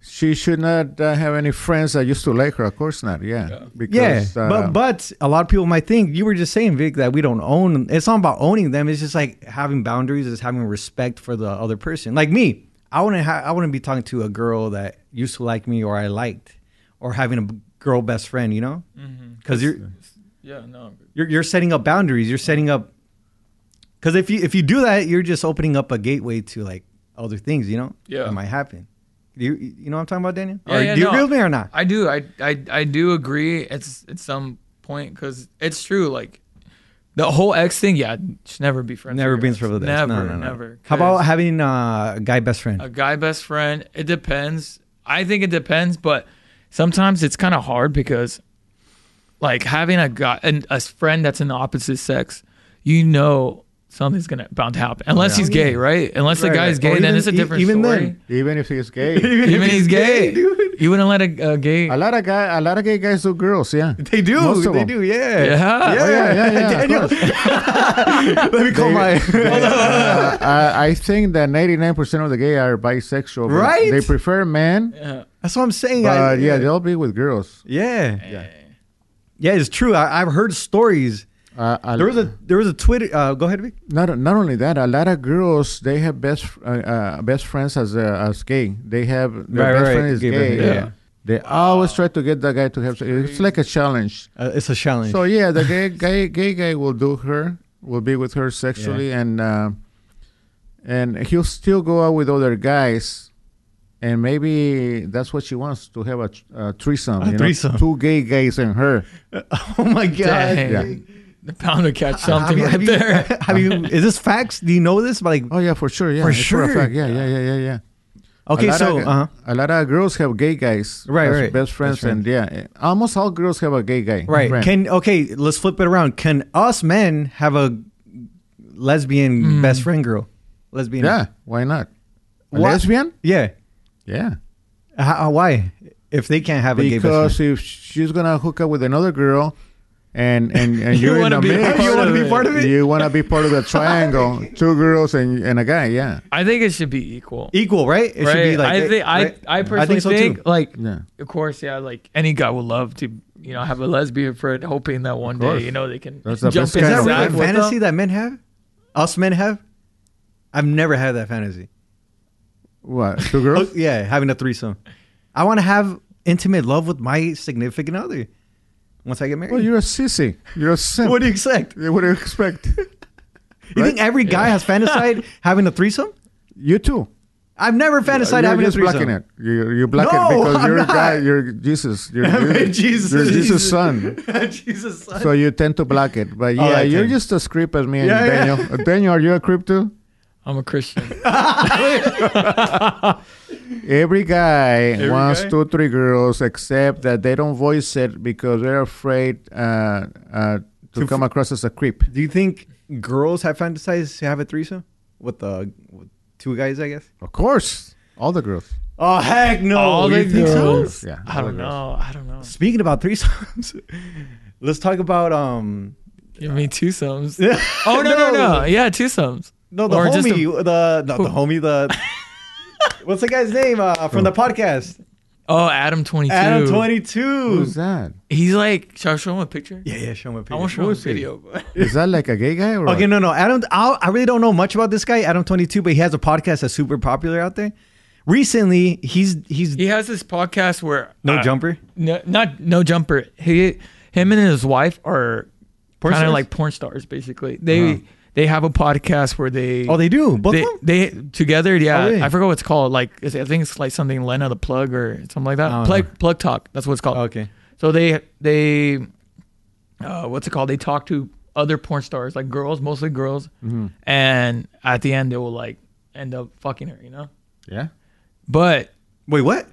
Speaker 2: She should not uh, have any friends that used to like her. Of course not. Yeah.
Speaker 3: Yeah,
Speaker 2: Because, uh,
Speaker 3: but but a lot of people might think you were just saying Vic that we don't own. It's not about owning them. It's just like having boundaries. Is having respect for the other person. Like me, I wouldn't ha- I wouldn't be talking to a girl that used to like me or I liked, or having a b- girl best friend. You know,
Speaker 1: Mm-hmm.
Speaker 3: because you're,
Speaker 1: Yeah. No.
Speaker 3: you're you're setting up boundaries. You're setting up because if you if you do that, you're just opening up a gateway to like other things. You know,
Speaker 1: Yeah.
Speaker 3: that might happen. Do you you know what I'm talking about, Daniel?
Speaker 1: Yeah,
Speaker 3: or,
Speaker 1: yeah,
Speaker 3: do you
Speaker 1: no.
Speaker 3: agree with me or not?
Speaker 1: I do. I I I do agree. It's at some point because it's true. Like the whole ex thing. Yeah. Should never be friends.
Speaker 3: Never
Speaker 1: with
Speaker 3: been
Speaker 1: your
Speaker 3: through
Speaker 1: ex.
Speaker 3: with this.
Speaker 1: Never.
Speaker 3: No, no, no.
Speaker 1: Never.
Speaker 3: How about
Speaker 1: 'Cause-
Speaker 3: having uh, a guy best friend?
Speaker 1: a guy best friend it depends i think it depends but sometimes it's kind of hard because like having a guy and a friend that's in the opposite sex you know something's gonna bound to happen unless he's gay right unless the
Speaker 3: Right,
Speaker 1: guy's
Speaker 3: right.
Speaker 1: gay
Speaker 3: Or
Speaker 1: then
Speaker 3: even-
Speaker 1: it's a
Speaker 3: e-
Speaker 1: different
Speaker 3: even
Speaker 1: story
Speaker 3: then.
Speaker 2: even if he's gay,
Speaker 1: even if he's gay, you wouldn't let a, a gay
Speaker 2: a lot of guy, a lot of gay guys do girls. Yeah.
Speaker 3: They do.
Speaker 2: Most
Speaker 3: they
Speaker 2: of them.
Speaker 3: do. Yeah.
Speaker 1: Yeah.
Speaker 3: Yeah.
Speaker 1: Oh,
Speaker 2: yeah, yeah, yeah, of
Speaker 3: Daniel. Let me call
Speaker 2: They-
Speaker 3: my.
Speaker 2: Uh, I, I think that 99% of the gay are bisexual. but
Speaker 3: Right?
Speaker 2: They prefer men,
Speaker 1: Yeah.
Speaker 3: That's what I'm saying. I-
Speaker 2: but yeah, they'll be with girls.
Speaker 3: yeah. Yeah. Yeah. It's true. I, I've heard stories
Speaker 2: Uh, a-
Speaker 3: There was a there was a Twitter. Uh, go ahead, Vic.
Speaker 2: not not only that, a lot of girls they have best uh, uh, best friends as uh, as gay. They have their
Speaker 3: Right,
Speaker 2: best
Speaker 3: right,
Speaker 2: friend is
Speaker 3: gay
Speaker 2: gay.
Speaker 3: best-
Speaker 1: yeah.
Speaker 2: They always try to get that guy to have. It's like a challenge.
Speaker 3: Uh, it's a challenge.
Speaker 2: So yeah, the gay gay gay guy will do her, will be with her sexually, and uh, and he'll still go out with other guys, and maybe that's what she wants to have a, tr- a threesome.
Speaker 3: A
Speaker 2: you know,
Speaker 3: threesome.
Speaker 2: two gay guys and her.
Speaker 3: oh my god.
Speaker 1: Dang. The pound to catch something
Speaker 3: have
Speaker 1: right
Speaker 3: you,
Speaker 1: there.
Speaker 3: Have you, Is this facts? Do you know this? But like,
Speaker 2: Oh yeah, for sure. Yeah,
Speaker 3: For
Speaker 2: it's a
Speaker 3: sure.
Speaker 2: fact. Yeah, yeah, yeah, yeah, yeah.
Speaker 3: okay,
Speaker 2: a lot
Speaker 3: so
Speaker 2: of,
Speaker 3: uh,
Speaker 2: a lot of girls have gay guys,
Speaker 3: Right,
Speaker 2: as
Speaker 3: right.
Speaker 2: best friends,
Speaker 3: Best
Speaker 2: and yeah, eh, almost all girls have a gay guy,
Speaker 3: right?
Speaker 2: friend.
Speaker 3: Can okay, let's flip it around. Can us men have a lesbian
Speaker 1: Hmm.
Speaker 3: best friend girl? Lesbian.
Speaker 2: yeah, why not? A
Speaker 3: What?
Speaker 2: lesbian?
Speaker 3: Yeah.
Speaker 2: Yeah,
Speaker 3: How, how- uh, why? If they can't have a gay best
Speaker 2: because if she's gonna hook up with another girl, and and and
Speaker 1: You
Speaker 2: you're in
Speaker 1: wanna
Speaker 2: the
Speaker 1: be a
Speaker 2: mix,
Speaker 1: part You wanna of be it. part
Speaker 3: of it?
Speaker 2: You wanna be part of the triangle, two girls and and a guy, yeah,
Speaker 1: I think it should be equal.
Speaker 3: friend, equal, right? It
Speaker 1: right?
Speaker 3: should be like
Speaker 1: I think I,
Speaker 3: right?
Speaker 1: I personally
Speaker 3: think so
Speaker 1: think
Speaker 3: too.
Speaker 1: like
Speaker 2: yeah.
Speaker 1: of course yeah like any guy would love to you know have a lesbian friend hoping that one day
Speaker 2: course.
Speaker 1: you know they can
Speaker 2: That's the
Speaker 1: jump
Speaker 2: best
Speaker 1: in
Speaker 2: kind
Speaker 3: Is
Speaker 2: Yeah, of
Speaker 3: that really
Speaker 2: right.
Speaker 1: sack
Speaker 3: a
Speaker 1: with them.
Speaker 3: fantasy that men have? Us men have? I've never had that fantasy.
Speaker 2: What two girls?
Speaker 3: Oh, yeah, having a threesome. I want to have intimate love with my significant other once I get married.
Speaker 2: well, you're a sissy. You're a simp.
Speaker 3: what do you expect?
Speaker 2: you, what do you expect?
Speaker 3: You think every guy has fantasized having a threesome?
Speaker 2: you too.
Speaker 3: I've never fantasized
Speaker 2: you're
Speaker 3: having a
Speaker 2: just
Speaker 3: threesome.
Speaker 2: blocking it. You're, you're blocking
Speaker 3: No,
Speaker 2: it because
Speaker 3: I'm
Speaker 2: you're
Speaker 3: not.
Speaker 2: a guy. You're Jesus. You're,
Speaker 3: I mean,
Speaker 2: you're-
Speaker 3: Jesus,
Speaker 2: You're
Speaker 3: Jesus.
Speaker 2: Jesus' son.
Speaker 3: Jesus. son.
Speaker 2: So you tend to block it, but
Speaker 3: Oh,
Speaker 2: yeah,
Speaker 3: I
Speaker 2: you're
Speaker 3: tend-
Speaker 2: just as creep as me and
Speaker 3: Yeah, yeah.
Speaker 2: Daniel. Uh, Daniel, are you a creep too?
Speaker 1: I'm a Christian.
Speaker 2: Every guy wants
Speaker 3: guy?
Speaker 2: two, three girls, except that they don't voice it because they're afraid uh, uh, to
Speaker 3: To
Speaker 2: come across as a creep.
Speaker 3: Do you think girls have fantasized to have a threesome with the with two guys? I guess.
Speaker 2: Of course, all the girls.
Speaker 3: Oh heck no!
Speaker 1: All the
Speaker 3: You think so?
Speaker 1: girls.
Speaker 2: Yeah,
Speaker 1: I don't know. I don't know.
Speaker 3: Speaking about threesomes, let's talk about um.
Speaker 1: Give me two sums. Oh no no no. Yeah, two sums.
Speaker 3: No, the
Speaker 1: Or just a-
Speaker 3: homie, the not the homie, the what's the guy's name uh, from the podcast?
Speaker 1: Oh, Adam 22.
Speaker 3: Adam twenty
Speaker 2: Who's
Speaker 3: two.
Speaker 2: that?
Speaker 1: He's like, shall I show him a picture?
Speaker 3: Yeah, yeah, show him a picture.
Speaker 1: I want to show him a video. but-
Speaker 2: Is that like a gay guy or?
Speaker 3: Okay, no, no, Adam. I, I really don't know much about this guy, Adam twenty two, but he has a podcast that's super popular out there. Recently, he's he's
Speaker 1: He has this podcast where
Speaker 3: no
Speaker 1: uh,
Speaker 3: jumper.
Speaker 1: no, not no jumper. He, him, and his wife are kind of
Speaker 3: Porn stars? Uh-huh.
Speaker 1: like porn stars. Basically, they they have a podcast where they
Speaker 3: Oh, they do both
Speaker 1: they,
Speaker 3: of them.
Speaker 1: they together. Yeah,
Speaker 3: really?
Speaker 1: I forgot what it's called. Like it's- I think it's like something Lena the Plug or something like
Speaker 3: I don't
Speaker 1: that. Plug Plug Talk. That's what it's called.
Speaker 3: Oh, Okay.
Speaker 1: So they they uh, what's it called? They talk to other porn stars, like girls, mostly girls,
Speaker 3: Mm-hmm.
Speaker 1: and at the end they will like end up fucking her. You know,
Speaker 2: Yeah.
Speaker 1: but
Speaker 3: Wait, what?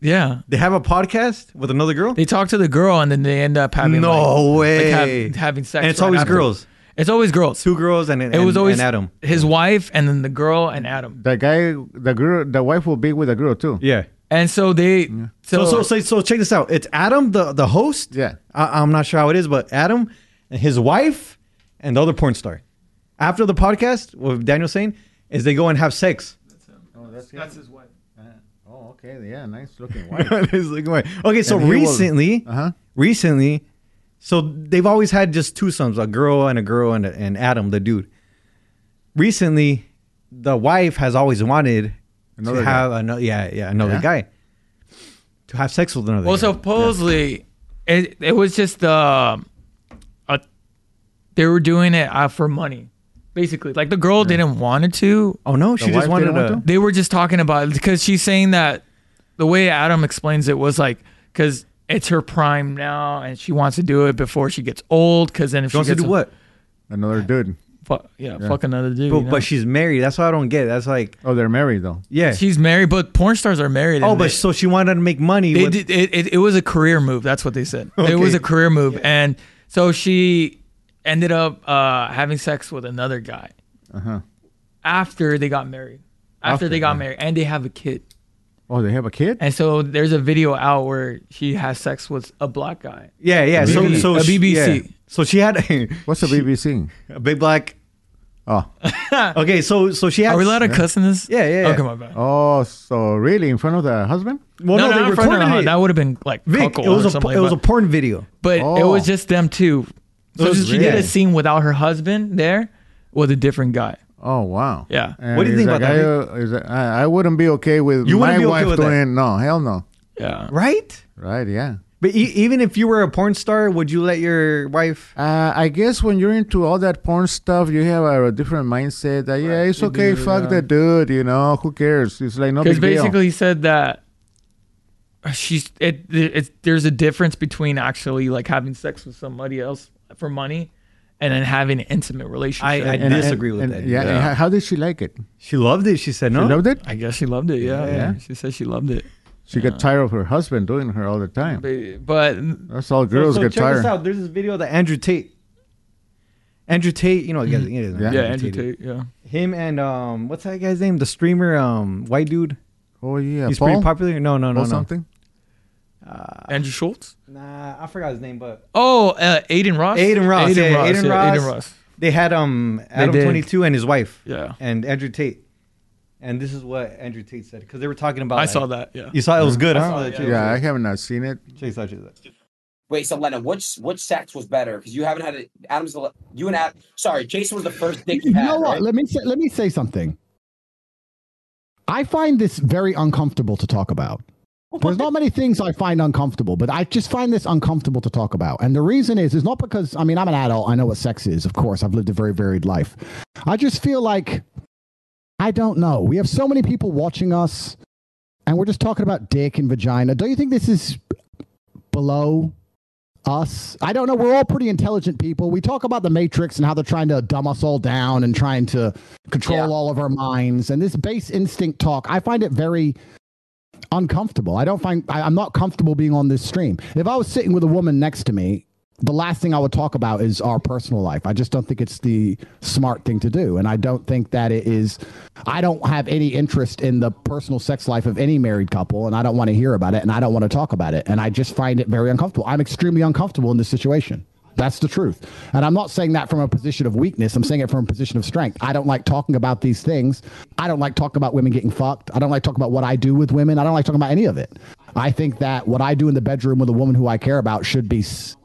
Speaker 1: yeah.
Speaker 3: They have a podcast with another girl?
Speaker 1: They talk to the girl and then they end up having like,
Speaker 3: no way.
Speaker 1: like have, having sex.
Speaker 3: and it's
Speaker 1: right
Speaker 3: always
Speaker 1: after.
Speaker 3: girls.
Speaker 1: It's always girls.
Speaker 3: Two girls and, and
Speaker 1: it was always
Speaker 3: and Adam.
Speaker 1: his wife, and then the girl and Adam.
Speaker 2: The guy, the girl, the wife will be with a girl too.
Speaker 3: Yeah.
Speaker 1: And so they so
Speaker 3: So so so, so check this out. It's Adam, the the host.
Speaker 2: Yeah.
Speaker 3: I, I'm not sure how it is, but Adam and his wife and the other porn star. After the podcast, what Daniel's saying is they go and have sex.
Speaker 2: Oh, that's,
Speaker 1: his wife.
Speaker 2: oh, okay. Yeah, nice looking wife.
Speaker 3: It's like, wait. okay, so
Speaker 2: And he will-
Speaker 3: recently,
Speaker 2: Uh-huh.
Speaker 3: recently, so they've always had just two sons, a girl and a girl, and and Adam, the dude. Recently, the wife has always wanted
Speaker 2: Another
Speaker 3: to
Speaker 2: guy.
Speaker 3: have another, yeah, yeah, another
Speaker 2: Yeah.
Speaker 3: guy to have sex with another.
Speaker 1: Well,
Speaker 3: guy.
Speaker 1: supposedly it it was just um, a they were doing it uh, for money, basically. Like the girl didn't want it to.
Speaker 3: oh no, she just
Speaker 2: wife
Speaker 3: wanted
Speaker 2: didn't want
Speaker 3: to.
Speaker 2: to?
Speaker 1: They were just talking about it because she's saying that the way Adam explains it was like because it's her prime now and she wants to do it before she gets old because then if
Speaker 3: She wants
Speaker 1: she
Speaker 3: to
Speaker 1: gets
Speaker 3: do what?
Speaker 2: Another dude.
Speaker 1: Fuck, yeah, fuck another dude.
Speaker 3: But,
Speaker 1: you know?
Speaker 3: but she's married. That's what I don't get. That's like,
Speaker 2: Oh, they're married though.
Speaker 3: yeah.
Speaker 1: she's married, but porn stars are married.
Speaker 3: oh,
Speaker 1: and
Speaker 3: but
Speaker 1: they-
Speaker 3: so she wanted to make money.
Speaker 1: they
Speaker 3: with,
Speaker 1: did, it, it, it was a career move. That's what they said. It was
Speaker 3: Okay.
Speaker 1: a career move, and so she ended up uh, having sex with another guy
Speaker 2: Uh
Speaker 3: Uh-huh.
Speaker 2: huh.
Speaker 1: after they got married. After,
Speaker 2: After,
Speaker 1: they got
Speaker 2: yeah.
Speaker 1: married, and they have a kid.
Speaker 2: Oh, they have a kid.
Speaker 1: And so there's a video out where she has sex with a black guy.
Speaker 3: yeah, yeah. So,
Speaker 1: BBC.
Speaker 3: so
Speaker 1: A
Speaker 3: she-
Speaker 1: BBC.
Speaker 3: yeah. So she had
Speaker 2: What's the BBC?
Speaker 3: a big black.
Speaker 2: Oh,
Speaker 3: Okay, so so she had.
Speaker 1: Are we allowed to cuss in this?
Speaker 3: Yeah, yeah, yeah.
Speaker 1: Okay, my bad.
Speaker 2: oh, so really in front of the husband?
Speaker 3: Well, no,
Speaker 1: no,
Speaker 3: they
Speaker 1: not in front of
Speaker 3: recorded
Speaker 1: her.
Speaker 3: it.
Speaker 1: That would have been like
Speaker 3: Vic,
Speaker 1: cuckold
Speaker 3: it was
Speaker 1: or
Speaker 3: a
Speaker 1: something
Speaker 3: it was a
Speaker 1: like that.
Speaker 3: porn video.
Speaker 1: but it
Speaker 2: Oh.
Speaker 1: was just them two So
Speaker 3: Those
Speaker 1: she she did
Speaker 3: really?
Speaker 1: a scene without her husband there with a different guy.
Speaker 2: Oh wow.
Speaker 1: Yeah.
Speaker 2: And
Speaker 3: What do you
Speaker 2: is
Speaker 3: think about
Speaker 2: guy,
Speaker 3: that?
Speaker 2: uh, is that- I, I wouldn't be okay with
Speaker 3: You
Speaker 2: my
Speaker 3: wouldn't be okay
Speaker 2: wife
Speaker 3: with that?
Speaker 2: doing. No, hell no.
Speaker 1: Yeah.
Speaker 3: right?
Speaker 2: Right? Yeah.
Speaker 3: But e- even if you were a porn star, would you let your wife?
Speaker 2: Uh, I guess when you're into all that porn stuff, you have a, different mindset. That yeah, it's
Speaker 1: you
Speaker 2: okay.
Speaker 1: do,
Speaker 2: fuck
Speaker 1: yeah.
Speaker 2: that dude. You know who cares? It's like no
Speaker 1: Because
Speaker 2: big deal.
Speaker 1: basically he said that she's it, it's there's a difference between actually like having sex with somebody else for money and then having an intimate relationship.
Speaker 3: I-
Speaker 1: I,
Speaker 2: And- and-
Speaker 3: disagree with
Speaker 2: and-
Speaker 3: that.
Speaker 2: Yeah. and
Speaker 1: Yeah.
Speaker 2: how- how did she like it?
Speaker 3: She loved it. She said
Speaker 2: She
Speaker 3: no.
Speaker 2: loved it.
Speaker 1: guess she loved it. Yeah,
Speaker 2: Yeah.
Speaker 1: yeah. She said she loved it.
Speaker 2: She got tired of her husband doing her all the time.
Speaker 1: But, but
Speaker 2: That's all girls
Speaker 3: so
Speaker 2: get
Speaker 3: check this
Speaker 2: tired.
Speaker 3: out. There's this video that Andrew Tate. Andrew Tate, you know, you guys- you guys know
Speaker 2: Yeah.
Speaker 1: yeah, Andrew Tate. Yeah.
Speaker 3: Him and um, what's that guy's name? The streamer, um, white dude.
Speaker 2: Oh yeah,
Speaker 3: He's
Speaker 2: Paul.
Speaker 3: pretty popular. No, no, no,
Speaker 2: Paul
Speaker 3: no.
Speaker 2: something.
Speaker 1: Andrew Schultz.
Speaker 3: Nah, I forgot his name, but
Speaker 1: Oh, uh, Aiden Ross.
Speaker 3: Aiden Ross,
Speaker 1: Aiden
Speaker 3: yeah,
Speaker 1: Ross.
Speaker 3: Aiden
Speaker 1: yeah,
Speaker 3: Ross.
Speaker 1: Aiden Ross.
Speaker 3: they had um Adam
Speaker 1: did.
Speaker 3: Twenty Two and his wife.
Speaker 1: Yeah.
Speaker 3: And Andrew Tate. And this is what Andrew Tate said because they were talking about.
Speaker 1: I
Speaker 3: like-
Speaker 1: saw that. Yeah.
Speaker 3: You saw it was good,
Speaker 1: I
Speaker 3: huh?
Speaker 1: saw it, yeah.
Speaker 3: Check this
Speaker 2: Yeah, I
Speaker 3: out.
Speaker 2: have not seen it.
Speaker 3: Check this out, check this out.
Speaker 4: Wait, so Lennon, which which sex was better? Because you haven't had it. Adam's the- you and Adam. Sorry, Jason was the first dick you
Speaker 5: You
Speaker 4: had.
Speaker 5: know what?
Speaker 4: right?
Speaker 5: Let me say, let me say something. I find this very uncomfortable to talk about. There's not many things I find uncomfortable, but I just find this uncomfortable to talk about. And the reason is, is not because I mean I'm an adult. I know what sex is. Of course, I've lived a very varied life. I just feel like I don't know. We have so many people watching us, and we're just talking about dick and vagina. Don't you think this is below us. I don't know. We're all pretty intelligent people. We talk about the Matrix and how they're trying to dumb us all down and trying to control
Speaker 4: Yeah.
Speaker 5: all of our minds. And this base instinct talk, I find it very uncomfortable. I don't find I, I'm not comfortable being on this stream. If I was sitting with a woman next to me, the last thing I would talk about is our personal life. I just don't think it's the smart thing to do. And I don't think that it is, I don't have any interest in the personal sex life of any married couple. And I don't want to hear about it. And I don't want to talk about it. And I just find it very uncomfortable. I'm extremely uncomfortable in this situation. That's the truth. And I'm not saying that from a position of weakness. I'm saying it from a position of strength. I don't like talking about these things. I don't like talking about women getting fucked. I don't like talking about what I do with women. I don't like talking about any of it. I think that what I do in the bedroom with a woman who I care about should be s-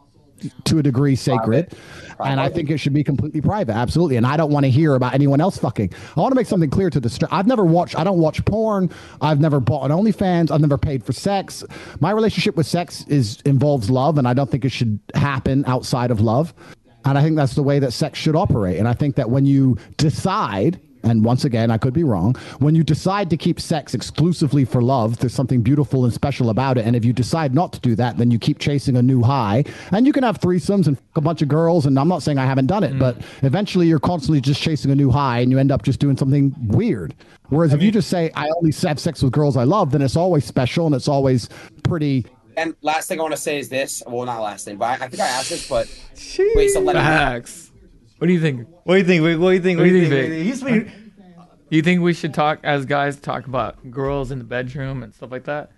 Speaker 5: to a degree sacred. And I think it should be completely private. Absolutely. And I don't want to hear about anyone else fucking. I want to make something clear to the str- I've never watched, I don't watch porn. I've never bought an OnlyFans. I've never paid for sex. My relationship with sex is involves love. And I don't think it should happen outside of love. And I think that's the way that sex should operate. And I think that when you decide, and once again, I could be wrong. When you decide to keep sex exclusively for love, there's something beautiful and special about it. And if you decide not to do that, then you keep chasing a new high. And you can have threesomes and f- a bunch of girls. And I'm not saying I haven't done it, but eventually you're constantly just chasing a new high and you end up just doing something weird. Whereas if you just say, I only have sex with girls I love, then it's always special and it's always pretty.
Speaker 4: And last thing I want to say is this. Well, not last thing, but I, I think I asked this, but wait, so Lennon,
Speaker 1: Facts. What do you think?
Speaker 3: What do you think? Vic? What do you think?
Speaker 1: What do you think,
Speaker 3: He's been,
Speaker 1: You think we should talk as guys talk about girls in the bedroom and stuff like that?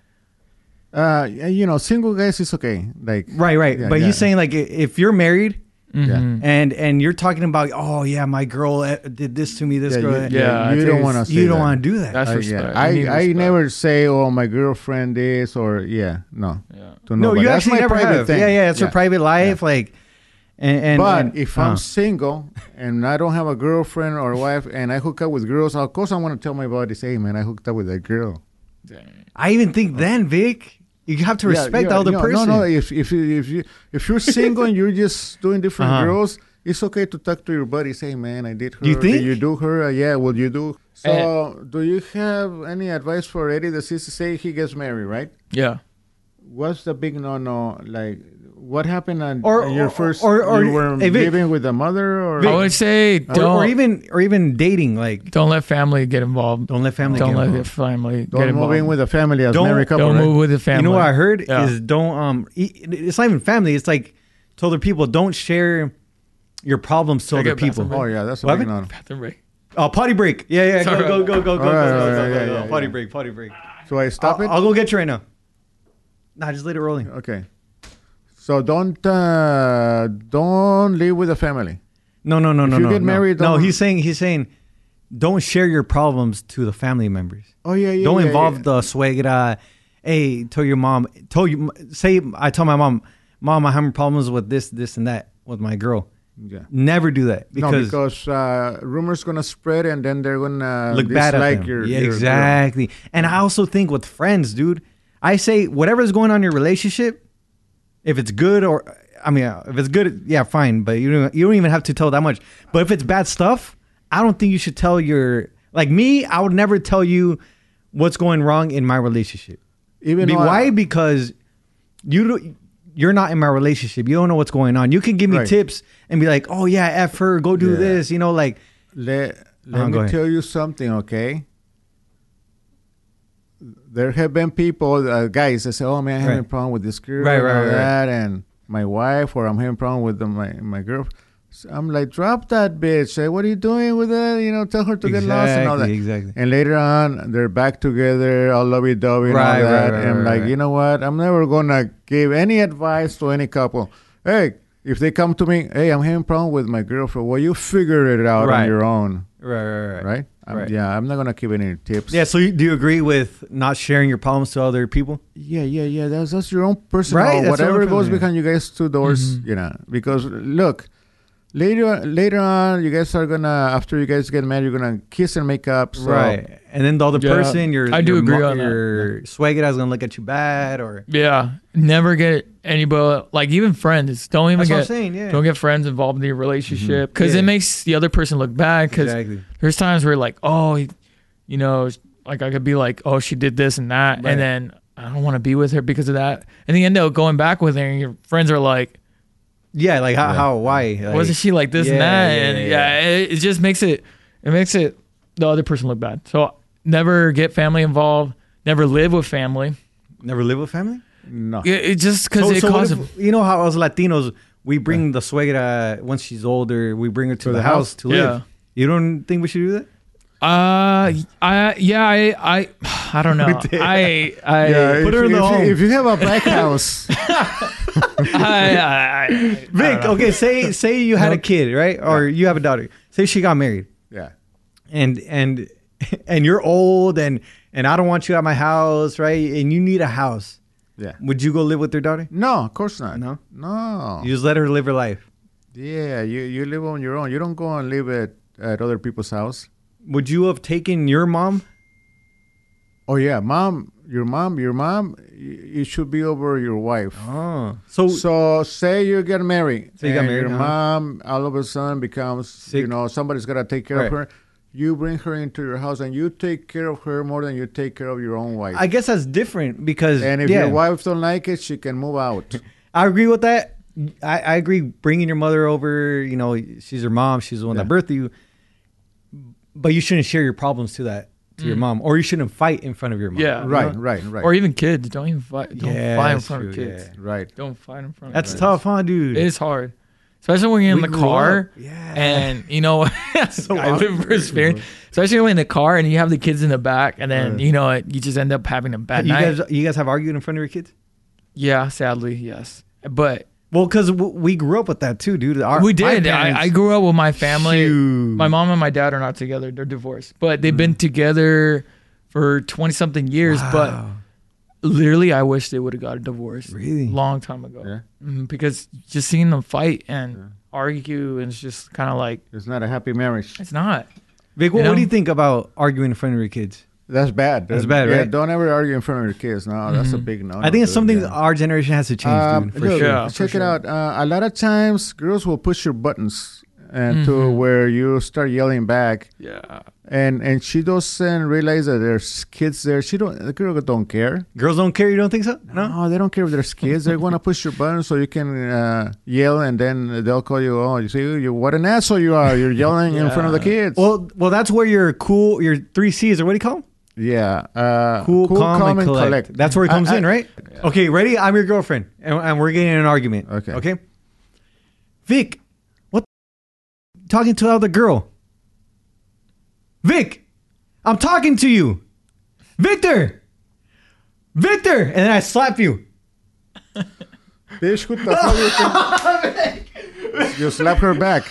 Speaker 2: Uh, you know, single guys is okay. Like
Speaker 3: right, Mm-hmm. right.
Speaker 2: Yeah,
Speaker 3: but
Speaker 2: yeah.
Speaker 3: he's saying like i- if you're married
Speaker 2: yeah.
Speaker 3: and and you're talking about oh yeah my girl eh, did this to me this
Speaker 2: Yeah,
Speaker 3: girl
Speaker 2: you-
Speaker 3: eh,
Speaker 1: yeah,
Speaker 2: you don't want to.
Speaker 3: you don't want to do that.
Speaker 1: That's
Speaker 2: Uh,
Speaker 1: respect.
Speaker 2: yeah.
Speaker 1: You need
Speaker 2: I, I
Speaker 1: respect.
Speaker 2: never say, oh, my girlfriend this or, yeah, no.
Speaker 1: Yeah.
Speaker 2: To
Speaker 3: no,
Speaker 2: nobody.
Speaker 3: you
Speaker 2: That's
Speaker 3: actually
Speaker 2: my
Speaker 3: never
Speaker 2: private
Speaker 3: have. Yeah, yeah, it's her private life. Like, and, and
Speaker 2: But
Speaker 3: and-
Speaker 2: if
Speaker 3: uh,
Speaker 2: I'm single and I don't have a girlfriend or wife and I hook up with girls, of course I want to tell my buddies, hey, man, I hooked up with that girl.
Speaker 3: I even think then Vic, you have to
Speaker 2: Oh. Yeah,
Speaker 3: respect
Speaker 2: yeah,
Speaker 3: the other
Speaker 2: no,
Speaker 3: person.
Speaker 2: No, no, if, if, you- if, you, if you're single and you're just doing different
Speaker 3: Uh-huh.
Speaker 2: girls, it's okay to talk to your buddies, hey, man, I did her.
Speaker 3: You think?
Speaker 2: Did you do her? Uh, yeah, will you do? So, do you have any advice for Eddie that says, say he gets married, right?
Speaker 1: Yeah.
Speaker 2: What's the big no no? Like, what happened on
Speaker 3: Or-
Speaker 2: or, your
Speaker 3: or-
Speaker 2: first?
Speaker 3: or- or-
Speaker 2: you were
Speaker 3: hey, Vic.
Speaker 2: living with the mother, or
Speaker 1: I would say don't
Speaker 3: Or, or even or even dating. Like,
Speaker 1: don't let family get involved.
Speaker 3: don't let family.
Speaker 1: Don't
Speaker 3: get
Speaker 1: let
Speaker 3: involved.
Speaker 1: your family get
Speaker 2: don't move
Speaker 1: involved.
Speaker 2: in with a family as
Speaker 3: Don't-
Speaker 2: married couple.
Speaker 1: don't
Speaker 2: right?
Speaker 1: move with the family.
Speaker 3: You know what I heard
Speaker 1: Yeah.
Speaker 3: is don't um. e- It's not even family. It's like to other people. Don't share your problems to
Speaker 1: Take
Speaker 3: other
Speaker 1: it back
Speaker 3: people.
Speaker 1: from
Speaker 2: Oh yeah, that's a
Speaker 3: What
Speaker 2: big no.
Speaker 3: happened?
Speaker 1: Bathroom break.
Speaker 3: Oh, potty break. Yeah, yeah. Go,
Speaker 1: Sorry.
Speaker 3: go, go, go, go, go,
Speaker 2: Alright,
Speaker 3: go, go,
Speaker 2: alright,
Speaker 3: go,
Speaker 2: yeah,
Speaker 3: go.
Speaker 2: yeah,
Speaker 3: Potty
Speaker 2: yeah.
Speaker 3: break, potty break.
Speaker 2: So I stop
Speaker 3: I'll,
Speaker 2: it.
Speaker 3: I'll go get you right now. Nah, just let it rolling.
Speaker 2: okay. So don't uh, don't live with a family.
Speaker 3: No, no, no, no,
Speaker 2: you
Speaker 3: no.
Speaker 2: get
Speaker 3: no.
Speaker 2: married, uh,
Speaker 3: no,
Speaker 2: don't-
Speaker 3: he's saying he's saying, don't share your problems to the family members.
Speaker 2: Oh yeah, yeah.
Speaker 3: don't
Speaker 2: yeah,
Speaker 3: involve
Speaker 2: yeah.
Speaker 3: the suegra. Hey, tell your mom. Tell you. Say I tell my mom, mom, I'm having problems with this, this, and that. with my girl.
Speaker 2: Yeah.
Speaker 3: Never do that
Speaker 2: No,
Speaker 3: because,
Speaker 2: because uh, rumors gonna spread and then they're gonna uh,
Speaker 3: look
Speaker 2: dislike
Speaker 3: bad at them.
Speaker 2: your
Speaker 3: yeah,
Speaker 2: your-
Speaker 3: exactly. And I also think with friends, dude, I say whatever's going on in your relationship, if it's good or I mean, uh, if it's good, yeah, fine. But you don't, you don't even have to tell that much. But if it's bad stuff, I don't think you should tell your like me. I would never tell you what's going wrong in my relationship.
Speaker 2: Even
Speaker 3: Be-
Speaker 2: though I-
Speaker 3: why? because you do, you're not in my relationship. You don't know what's going on. You can give me
Speaker 2: Right.
Speaker 3: tips and be like, "Oh yeah, f her, go do
Speaker 2: Yeah.
Speaker 3: this," you know, like
Speaker 2: Le- let
Speaker 3: Uh-huh,
Speaker 2: me
Speaker 3: go ahead.
Speaker 2: tell you something, okay? There have been people, uh, guys, that say, "Oh man, I'm having
Speaker 3: Right.
Speaker 2: a problem with this girl,
Speaker 3: Right,
Speaker 2: and
Speaker 3: right,
Speaker 2: all
Speaker 3: right, right.
Speaker 2: that, and my wife, or I'm having a problem with the, my my girl." So I'm like, "Drop that bitch! Hey, what are you doing with that? You know, tell her to get lost and all that."
Speaker 3: Exactly, exactly.
Speaker 2: And later on, they're back together, all lovey dovey,
Speaker 3: Right,
Speaker 2: and all
Speaker 3: right,
Speaker 2: that.
Speaker 3: right,
Speaker 2: and I'm
Speaker 3: right,
Speaker 2: like,
Speaker 3: right.
Speaker 2: you know what? I'm never gonna give any advice to any couple. Hey, if they come to me, hey, I'm having a problem with my girlfriend. Well, you figure it out on
Speaker 3: Right.
Speaker 2: your own
Speaker 3: right, right, right.
Speaker 2: right? I'm,
Speaker 3: Right.
Speaker 2: Yeah, I'm not gonna give any tips.
Speaker 3: Yeah. So you, do you agree with not sharing your problems to other people?
Speaker 2: yeah, yeah, yeah. That's that's your own personal
Speaker 3: Right, that's
Speaker 2: whatever
Speaker 3: your own
Speaker 2: goes
Speaker 3: personal, Mm-hmm.
Speaker 2: behind you guys two doors, you know. Because look, later later on, you guys are gonna after you guys get married, you're gonna kiss and make up. So
Speaker 3: right. And then the other
Speaker 1: Yeah.
Speaker 3: person, your
Speaker 1: I do
Speaker 3: your
Speaker 1: agree
Speaker 3: mo-
Speaker 1: on that.
Speaker 3: your swagger is gonna look at you bad, or
Speaker 1: Yeah, never get anybody like even friends. Don't even
Speaker 3: That's
Speaker 1: get
Speaker 3: what I'm saying, yeah.
Speaker 1: don't get friends involved in your relationship because
Speaker 3: Yeah.
Speaker 1: it makes the other person look bad. Because
Speaker 3: Exactly.
Speaker 1: there's times where like oh, you know, like I could be like oh she did this and that,
Speaker 3: Right.
Speaker 1: and then I don't want to be with her because of that, and then you end up going back with her, and your friends are like,
Speaker 3: yeah, like how, how why like-
Speaker 1: wasn't she like this
Speaker 3: Yeah,
Speaker 1: and that?
Speaker 3: yeah,
Speaker 1: and
Speaker 3: yeah.
Speaker 1: yeah, it, it just makes it it makes it the other person look bad. So never get family involved. Never live with family.
Speaker 3: never live with family?
Speaker 2: no,
Speaker 1: It, it just because
Speaker 3: So-
Speaker 1: it
Speaker 3: so what
Speaker 1: causes.
Speaker 3: if- you know how us Latinos we bring the suegra once she's older, we bring her to, the,
Speaker 2: the
Speaker 3: house,
Speaker 2: house.
Speaker 3: to
Speaker 1: Yeah.
Speaker 3: live. You don't think we should do that?
Speaker 1: Uh, I yeah, I I, I don't know. I I,
Speaker 2: yeah,
Speaker 3: put
Speaker 2: if,
Speaker 3: her in the
Speaker 2: if
Speaker 3: home.
Speaker 2: You, if you have a black house,
Speaker 1: I, I, I-
Speaker 3: Vic, okay, say say you had a kid, right? Or you have a daughter. Say she got married.
Speaker 2: yeah,
Speaker 3: and and and you're old and and I don't want you at my house, right? And you need a house.
Speaker 2: yeah.
Speaker 3: Would you go live with your daughter?
Speaker 2: No, of course not.
Speaker 3: No?
Speaker 2: no.
Speaker 3: You just let her live her life.
Speaker 2: yeah, you you live on your own. You don't go and live at at other people's house.
Speaker 3: Would you have taken your mom?
Speaker 2: Oh yeah, mom, your mom, your mom, you, you should be over your wife.
Speaker 3: Oh, so,
Speaker 2: So say you get married.
Speaker 3: So you got
Speaker 2: and
Speaker 3: married,
Speaker 2: Your
Speaker 3: uh-huh.
Speaker 2: mom all of a sudden becomes,
Speaker 3: Sick.
Speaker 2: you know, somebody's got to take care of
Speaker 3: Right.
Speaker 2: her. You bring her into your house and you take care of her more than you take care of your own wife.
Speaker 3: I guess that's different because
Speaker 2: and if
Speaker 3: yeah,
Speaker 2: your wife don't like it, she can move out.
Speaker 3: I agree with that. I, I agree bringing your mother over. You know, she's your mom. She's the one
Speaker 2: Yeah.
Speaker 3: that birthed you. But you shouldn't share your problems to that to your mom, or you shouldn't fight in front of your mom.
Speaker 1: Mm. yeah,
Speaker 2: right, right, right,
Speaker 1: Or even kids. Don't even fight. Don't
Speaker 3: Yeah,
Speaker 1: fight in
Speaker 3: that's
Speaker 1: front of
Speaker 3: true,
Speaker 1: kids.
Speaker 3: yeah.
Speaker 2: right.
Speaker 1: Don't fight in front.
Speaker 3: that's
Speaker 1: of kids.
Speaker 3: tough, huh, dude?
Speaker 1: It is hard, especially when you're in
Speaker 3: We
Speaker 1: the
Speaker 3: grew up.
Speaker 1: car.
Speaker 3: Yeah.
Speaker 1: and you know, I live for experience. Especially when in the car and you have the kids in the back, and then you know you just end up having a bad
Speaker 3: you
Speaker 1: night.
Speaker 3: guys, you guys have argued in front of your kids.
Speaker 1: yeah, sadly, yes, but
Speaker 3: Well, because w- we grew up with that too, dude. Our,
Speaker 1: we
Speaker 3: my
Speaker 1: did.
Speaker 3: parents-
Speaker 1: I, I grew up with my family.
Speaker 3: Huge. Mm.
Speaker 1: My mom and my dad are not together. They're divorced, but they've been together for twenty something years. But literally, I wish they would have got a divorce.
Speaker 3: Really?
Speaker 1: long time ago.
Speaker 2: Yeah.
Speaker 1: Mhm, because just seeing them fight and argue, and it's just kind of like
Speaker 2: It's not a happy marriage.
Speaker 1: it's not.
Speaker 3: Vic,
Speaker 1: you
Speaker 3: what, what
Speaker 1: know?
Speaker 3: do you think about arguing in front of your kids?
Speaker 2: That's bad.
Speaker 3: That's bad,
Speaker 2: yeah,
Speaker 3: right? Mm-hmm.
Speaker 2: Don't ever argue in front of your kids. No, that's a big no.
Speaker 3: I think it's something our generation has to change, dude. For
Speaker 2: look,
Speaker 3: sure.
Speaker 1: Yeah,
Speaker 2: check
Speaker 1: for
Speaker 2: it out. Uh, a lot of times, girls will push your buttons and to
Speaker 3: Mm-hmm.
Speaker 2: where you start yelling back.
Speaker 1: Yeah,
Speaker 2: and and she doesn't realize that there's kids there. She don't the girl don't care.
Speaker 3: Girls don't care. You don't think so? No.
Speaker 2: No, they don't care if there's kids. They want to push your button so you can uh, yell, and then they'll call you. Oh, you see, you what an asshole you are! You're yelling in front of the kids.
Speaker 3: Well, well, that's where your cool, your three C's, or what do you call them?
Speaker 2: yeah, uh,
Speaker 3: Cool, calm, and collect. That's where it comes
Speaker 2: I- I-
Speaker 3: in, right? Okay, ready? I'm your girlfriend, and, and we're getting in an argument.
Speaker 2: Okay.
Speaker 3: Okay. Vic, what? the- Talking to the other girl. Vic, I'm talking to you. Victor, Victor, and then I slap you.
Speaker 2: Bitch, what the hell you think? You slap her back.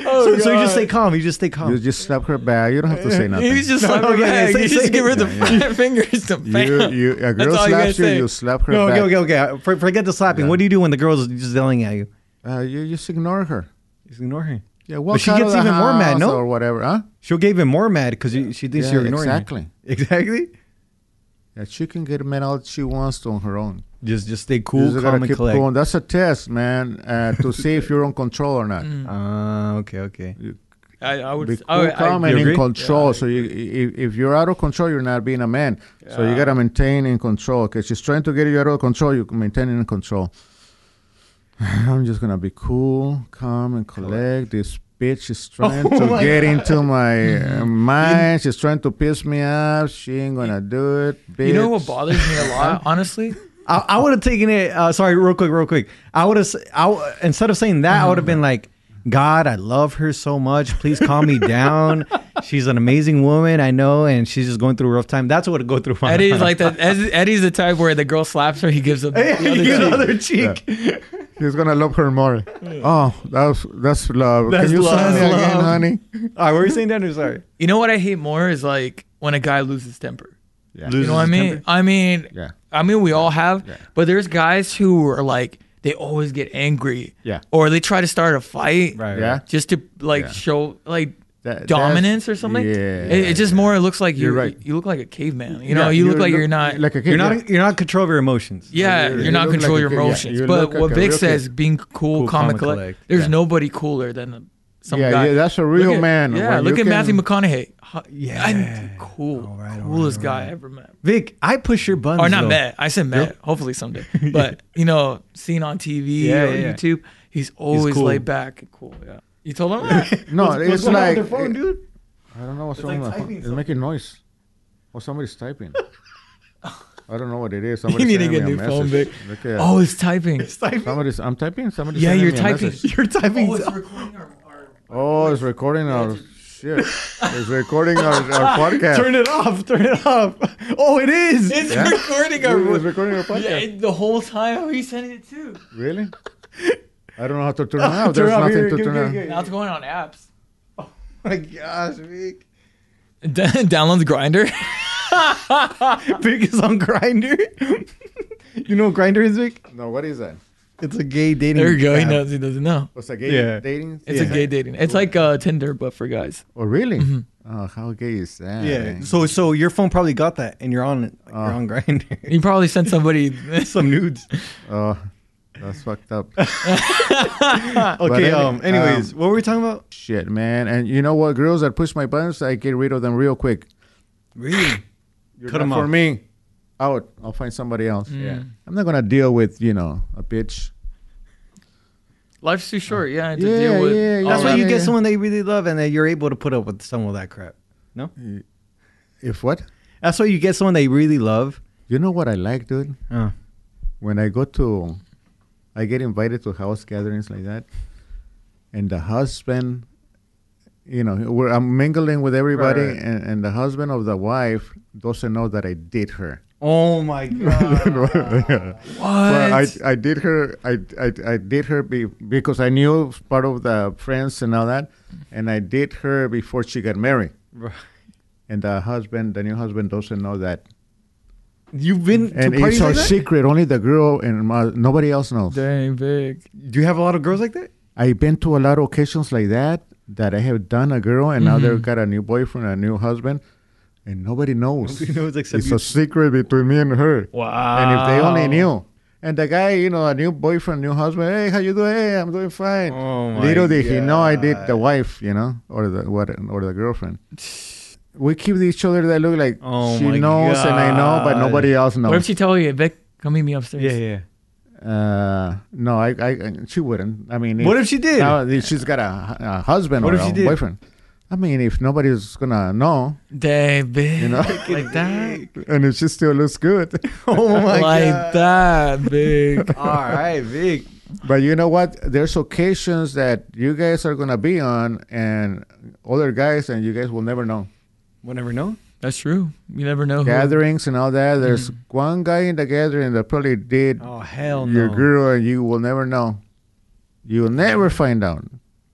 Speaker 3: so, so you just stay calm. You Oh, just stay calm.
Speaker 2: You just slap her back. You don't have to say
Speaker 1: he was
Speaker 2: nothing.
Speaker 1: just slapping
Speaker 3: okay,
Speaker 1: back.
Speaker 3: so
Speaker 1: You
Speaker 3: say-
Speaker 1: just give her the fingers to
Speaker 2: You, you, a girl
Speaker 1: all you gotta
Speaker 2: slaps you,
Speaker 1: say.
Speaker 2: you slap her
Speaker 3: no,
Speaker 2: back.
Speaker 3: okay, okay, okay. For, forget the slapping. What do you do when the girl's just yelling at you?
Speaker 2: Uh, you just ignore her.
Speaker 3: Just ignore her.
Speaker 2: Yeah, walk
Speaker 3: But she
Speaker 2: out of
Speaker 3: gets
Speaker 2: the
Speaker 3: even more mad,
Speaker 2: house
Speaker 3: no?
Speaker 2: or whatever, huh?
Speaker 3: She'll get even more mad because she thinks
Speaker 2: Yeah,
Speaker 3: you're ignoring
Speaker 2: exactly.
Speaker 3: her. Exactly.
Speaker 2: Yeah, she can get mad all she wants on her own.
Speaker 3: Just just stay
Speaker 2: You
Speaker 3: cool,
Speaker 2: just
Speaker 3: calm,
Speaker 2: gotta
Speaker 3: and
Speaker 2: keep
Speaker 3: collect.
Speaker 2: going. That's a test, man, uh, to see if you're on control or not.
Speaker 3: Ah, okay, okay.
Speaker 1: I, I would.
Speaker 2: Be cool,
Speaker 1: I, would-
Speaker 2: calm,
Speaker 1: I,
Speaker 2: and
Speaker 3: You
Speaker 2: in
Speaker 3: agree?
Speaker 2: control. so you, if, if you're out of control, you're not being a man. So you gotta maintain in control. Okay, she's trying to get you out of control. You maintain in control. I'm just gonna be cool, calm, and collect. This bitch is trying
Speaker 1: Oh
Speaker 2: to get into my uh, mind. She's trying to piss me off. She ain't gonna do it. Bitch.
Speaker 1: you know what bothers me a lot, honestly.
Speaker 3: I, I would have taken it. Uh, sorry, real quick, real quick. I would have. I w- instead of saying that, I would have been like, "God, I love her so much. Please calm me down. She's an amazing woman, I know, and she's just going through a rough time. That's what would go through my
Speaker 1: Eddie's
Speaker 3: mind.
Speaker 1: like that. Ed- Eddie's the type where the girl slaps her, he gives him the other
Speaker 3: You
Speaker 1: cheek.
Speaker 3: other cheek.
Speaker 2: He's gonna love her more.
Speaker 1: Hmm.
Speaker 2: Oh, that's that's love.
Speaker 3: That's
Speaker 2: Can you
Speaker 3: love.
Speaker 2: sign me
Speaker 3: That's
Speaker 2: again,
Speaker 3: love.
Speaker 2: honey?
Speaker 3: All right, what were you saying, Daniel? Sorry.
Speaker 1: You know what I hate more is like when a guy loses temper.
Speaker 2: Yeah.
Speaker 1: You know what I mean? I mean,
Speaker 2: Yeah.
Speaker 1: I mean, we all have, but there's guys who are like they always get angry,
Speaker 2: Yeah.
Speaker 1: or they try to start a fight,
Speaker 3: Right.
Speaker 2: Yeah.
Speaker 1: just to like show like
Speaker 2: That-
Speaker 1: dominance or
Speaker 2: that's-
Speaker 1: something.
Speaker 2: yeah,
Speaker 1: it, it just more it looks like you
Speaker 2: You're right.
Speaker 1: you look like a caveman. You
Speaker 2: Yeah,
Speaker 1: know, you, look, like you're not.
Speaker 2: like a kid.
Speaker 3: You're
Speaker 2: yeah.
Speaker 3: not. You're not control of your emotions.
Speaker 1: yeah,
Speaker 2: you-
Speaker 1: you're
Speaker 2: you
Speaker 1: not
Speaker 2: look like
Speaker 1: control
Speaker 2: a
Speaker 1: your
Speaker 2: kid, yeah.
Speaker 1: emotions.
Speaker 2: You
Speaker 1: but
Speaker 2: look like
Speaker 1: what
Speaker 2: a
Speaker 1: Vic
Speaker 2: real
Speaker 1: says, being cool,
Speaker 3: Cool,
Speaker 1: calm,
Speaker 3: calm
Speaker 1: and
Speaker 3: and
Speaker 1: collect.
Speaker 3: collect.
Speaker 1: There's
Speaker 3: Yeah.
Speaker 1: nobody cooler than some
Speaker 2: Yeah,
Speaker 1: guy.
Speaker 2: yeah, that's a
Speaker 1: Look
Speaker 2: real
Speaker 1: at-
Speaker 2: man.
Speaker 1: Yeah,
Speaker 2: When
Speaker 1: look
Speaker 2: you
Speaker 1: at Matthew
Speaker 2: can-
Speaker 1: McConaughey. Huh,
Speaker 3: Yeah.
Speaker 1: I'm cool, coolest guy I ever met.
Speaker 3: Vic, I push your buttons.
Speaker 1: Or not
Speaker 3: though.
Speaker 1: met. I said met. Hopefully someday. But you know, seen on TV
Speaker 3: Yeah,
Speaker 1: or
Speaker 3: yeah, yeah.
Speaker 1: YouTube, he's always
Speaker 3: cool.
Speaker 1: laid back and cool. Yeah. You told him that?
Speaker 2: No, it's
Speaker 3: What's going on
Speaker 2: like
Speaker 3: with your phone, dude?
Speaker 2: I don't know what's
Speaker 3: like
Speaker 2: wrong with my phone.
Speaker 3: typing
Speaker 2: It's
Speaker 3: something.
Speaker 2: making noise. Or somebody's typing. I don't know what it is.
Speaker 1: you
Speaker 2: Somebody's
Speaker 1: need to
Speaker 2: sending
Speaker 1: get a
Speaker 2: me
Speaker 1: new phone,
Speaker 2: message.
Speaker 1: Vic.
Speaker 2: Look at-
Speaker 1: Oh, it's typing.
Speaker 3: It's typing.
Speaker 2: somebody's. I'm typing. Somebody's.
Speaker 1: Yeah,
Speaker 2: sending
Speaker 1: you're
Speaker 2: me a
Speaker 1: typing.
Speaker 2: message.
Speaker 3: You're typing.
Speaker 1: recording our, our
Speaker 2: Oh, it's recording our shit. It's recording our, our podcast.
Speaker 3: Turn it off. Turn it off. Oh, it is.
Speaker 1: It's
Speaker 2: Yeah.
Speaker 1: recording our
Speaker 2: It's recording our
Speaker 1: Yeah,
Speaker 2: podcast.
Speaker 1: it- the whole time. Who are you sending it to?
Speaker 2: Really? I don't know how to turn it off.
Speaker 3: Turn
Speaker 2: There's
Speaker 3: it off.
Speaker 2: nothing
Speaker 3: Here,
Speaker 2: to
Speaker 3: here,
Speaker 2: turn
Speaker 3: here,
Speaker 2: off.
Speaker 3: here.
Speaker 1: Now it's going on apps.
Speaker 3: Oh my gosh, Vic.
Speaker 1: D- downloads Grinder.
Speaker 3: Vic is on Grinder. you know what Grinder is, Vic?
Speaker 2: No, what is that?
Speaker 3: It's a gay dating.
Speaker 1: There you go. He
Speaker 3: app.
Speaker 1: knows. He doesn't know.
Speaker 2: What's that gay
Speaker 3: Yeah.
Speaker 2: dating?
Speaker 1: It's a
Speaker 3: Yeah.
Speaker 1: gay dating. It's like uh, Tinder, but for guys.
Speaker 2: Oh, really?
Speaker 1: Mm-hmm.
Speaker 2: Oh, how gay is that?
Speaker 3: Yeah. So so your phone probably got that, and you're on it. you're on Grinder.
Speaker 1: You probably sent somebody.
Speaker 3: Some nudes.
Speaker 2: Oh, that's fucked up.
Speaker 3: Okay.
Speaker 2: any-
Speaker 3: um. Anyways, what were we talking about?
Speaker 2: Shit, man. And you know what? Girls that push my buttons, I get rid of them real quick.
Speaker 3: Really?
Speaker 2: You're
Speaker 3: Cut
Speaker 2: not
Speaker 3: 'em
Speaker 2: for
Speaker 3: off.
Speaker 2: me. Mm. Out. I'll find somebody else.
Speaker 3: Yeah.
Speaker 2: I'm not gonna deal with you know a bitch.
Speaker 1: Life's too short. Yeah. To
Speaker 2: Yeah,
Speaker 1: deal with
Speaker 2: yeah, yeah.
Speaker 1: all
Speaker 3: That's why
Speaker 1: that.
Speaker 3: you
Speaker 2: yeah,
Speaker 3: get
Speaker 2: yeah.
Speaker 3: someone that you really love, and that you're able to put up with some of that crap. No.
Speaker 2: If what?
Speaker 3: That's why you get someone that you really love.
Speaker 2: You know what I like, dude?
Speaker 3: Oh.
Speaker 2: When I go to, I get invited to house gatherings like that, and the husband, you know, where I'm mingling with everybody,
Speaker 3: Right, right.
Speaker 2: And, and the husband of the wife doesn't know that I did her.
Speaker 3: Oh my
Speaker 2: Ah.
Speaker 3: god.
Speaker 2: Well, I,
Speaker 1: What?
Speaker 2: I did her I, I, I did her be, because I knew part of the friends and all that, and I did her before she got married.
Speaker 3: Right.
Speaker 2: And the husband, the new husband, doesn't know that.
Speaker 3: You've been
Speaker 2: And
Speaker 3: to parties
Speaker 2: it's
Speaker 3: like
Speaker 2: our
Speaker 3: that?
Speaker 2: secret. Only the girl and my, nobody else knows.
Speaker 1: Dang, big.
Speaker 3: Do you have a lot of girls like that?
Speaker 2: I've been to a lot of occasions like that that I have done a girl, and now
Speaker 3: Mm-hmm.
Speaker 2: they've got a new boyfriend, a new husband, and nobody knows.
Speaker 3: Nobody knows except
Speaker 2: it's
Speaker 3: you.
Speaker 2: a secret between me and her.
Speaker 1: Wow.
Speaker 2: And if they only
Speaker 3: Oh.
Speaker 2: knew. And the guy, you know, a new boyfriend, new husband. Hey, how you doing? Hey, I'm doing fine.
Speaker 3: Oh, my
Speaker 2: Little did he know I did the
Speaker 3: God.
Speaker 2: wife, you know, or the what, or the girlfriend. We keep each other that look like
Speaker 3: Oh,
Speaker 2: she
Speaker 3: my
Speaker 2: knows and I know, but
Speaker 3: God.
Speaker 2: nobody else knows.
Speaker 1: What if she tell you, Vic, come meet me upstairs?
Speaker 3: yeah.
Speaker 2: uh, no, I, I, she wouldn't. I mean,
Speaker 3: What if she did?
Speaker 2: now that she's got a, a husband
Speaker 3: What
Speaker 2: or
Speaker 3: if she
Speaker 2: a
Speaker 3: did?
Speaker 2: boyfriend. I mean, if nobody's gonna know,
Speaker 1: Dang, big.
Speaker 2: You know?
Speaker 1: like that.
Speaker 2: and if she still looks good,
Speaker 3: Oh my
Speaker 1: like
Speaker 3: god.
Speaker 1: that, big.
Speaker 3: All right, Vic.
Speaker 2: But you know what? There's occasions that you guys are gonna be on, and other guys, and you guys will never know.
Speaker 3: Mm-hmm. We'll never know.
Speaker 1: That's true. You never know. Who.
Speaker 2: Gatherings and all that. There's one guy in the gathering that probably did
Speaker 3: Mm-hmm. Oh hell no.
Speaker 2: your girl, and you will never know. You'll never find out.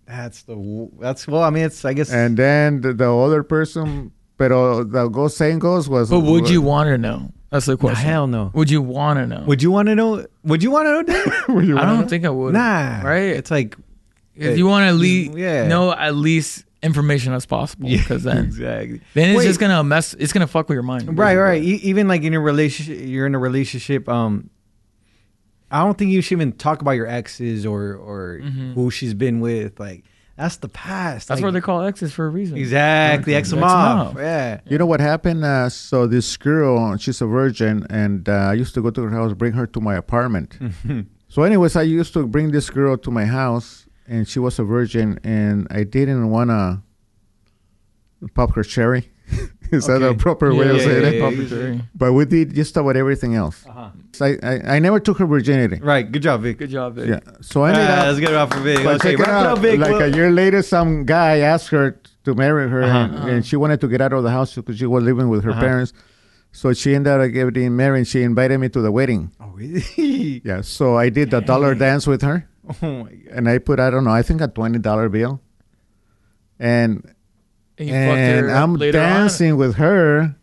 Speaker 3: That's the. w- That's well. I mean, it's. I guess.
Speaker 2: And then the, the other person, pero the go saying goes was.
Speaker 1: But would you want her to know? That's the question.
Speaker 3: Hell no.
Speaker 1: Would you want to know?
Speaker 3: Would you want to know? Would you want to know? Dave? Would you
Speaker 1: I
Speaker 3: wanna
Speaker 1: don't
Speaker 3: know?
Speaker 1: think I would.
Speaker 3: Nah.
Speaker 1: Right?
Speaker 3: It's like
Speaker 1: If you want to at least
Speaker 3: Yeah.
Speaker 1: know at least information as possible, because then
Speaker 3: exactly.
Speaker 1: then it's
Speaker 3: Wait.
Speaker 1: just gonna mess. It's gonna fuck with your mind.
Speaker 3: Right, right. E- even like in a relationship, you're in a relationship. Um, I don't think you should even talk about your exes or or who she's been with. Like that's the past.
Speaker 1: Mm-hmm. That's
Speaker 3: like,
Speaker 1: where they call X's for a reason.
Speaker 3: exactly ex 'em
Speaker 1: Ex 'em
Speaker 3: off.
Speaker 1: off.
Speaker 3: Yeah.
Speaker 2: You know what happened? Uh, so this girl, she's a virgin, and uh, I used to go to her house, bring her to my apartment. so, anyways, I used to bring this girl to my house, and she was a virgin, and I didn't wanna pop her cherry. Is that a
Speaker 3: Okay.
Speaker 2: proper way of
Speaker 3: yeah,
Speaker 2: saying
Speaker 3: yeah,
Speaker 2: it?
Speaker 3: yeah. Uh-huh.
Speaker 1: Papa Jerry.
Speaker 2: But we did just about everything else. So I, I, I never took her virginity.
Speaker 3: Right. Good job, Vic.
Speaker 1: Good job, babe.
Speaker 2: Yeah. So I
Speaker 3: Ah,
Speaker 2: ended up.
Speaker 3: let's get it off for Vic.
Speaker 2: But
Speaker 3: okay,
Speaker 2: check it
Speaker 3: wrap it up,
Speaker 2: out.
Speaker 3: Vic.
Speaker 2: Like uh,
Speaker 3: Well-
Speaker 2: a year later, some guy asked her to marry her, and, and she wanted to get out of the house because she was living with her parents. So she ended up getting married. and She invited me to the wedding.
Speaker 3: oh, really?
Speaker 2: Yeah. So I did the dollar dance with her,
Speaker 3: oh my god.
Speaker 2: and I put I don't know I think a twenty dollar bill, and
Speaker 1: And, you fucked
Speaker 2: and
Speaker 1: her
Speaker 2: I'm
Speaker 1: later on?
Speaker 2: dancing with her,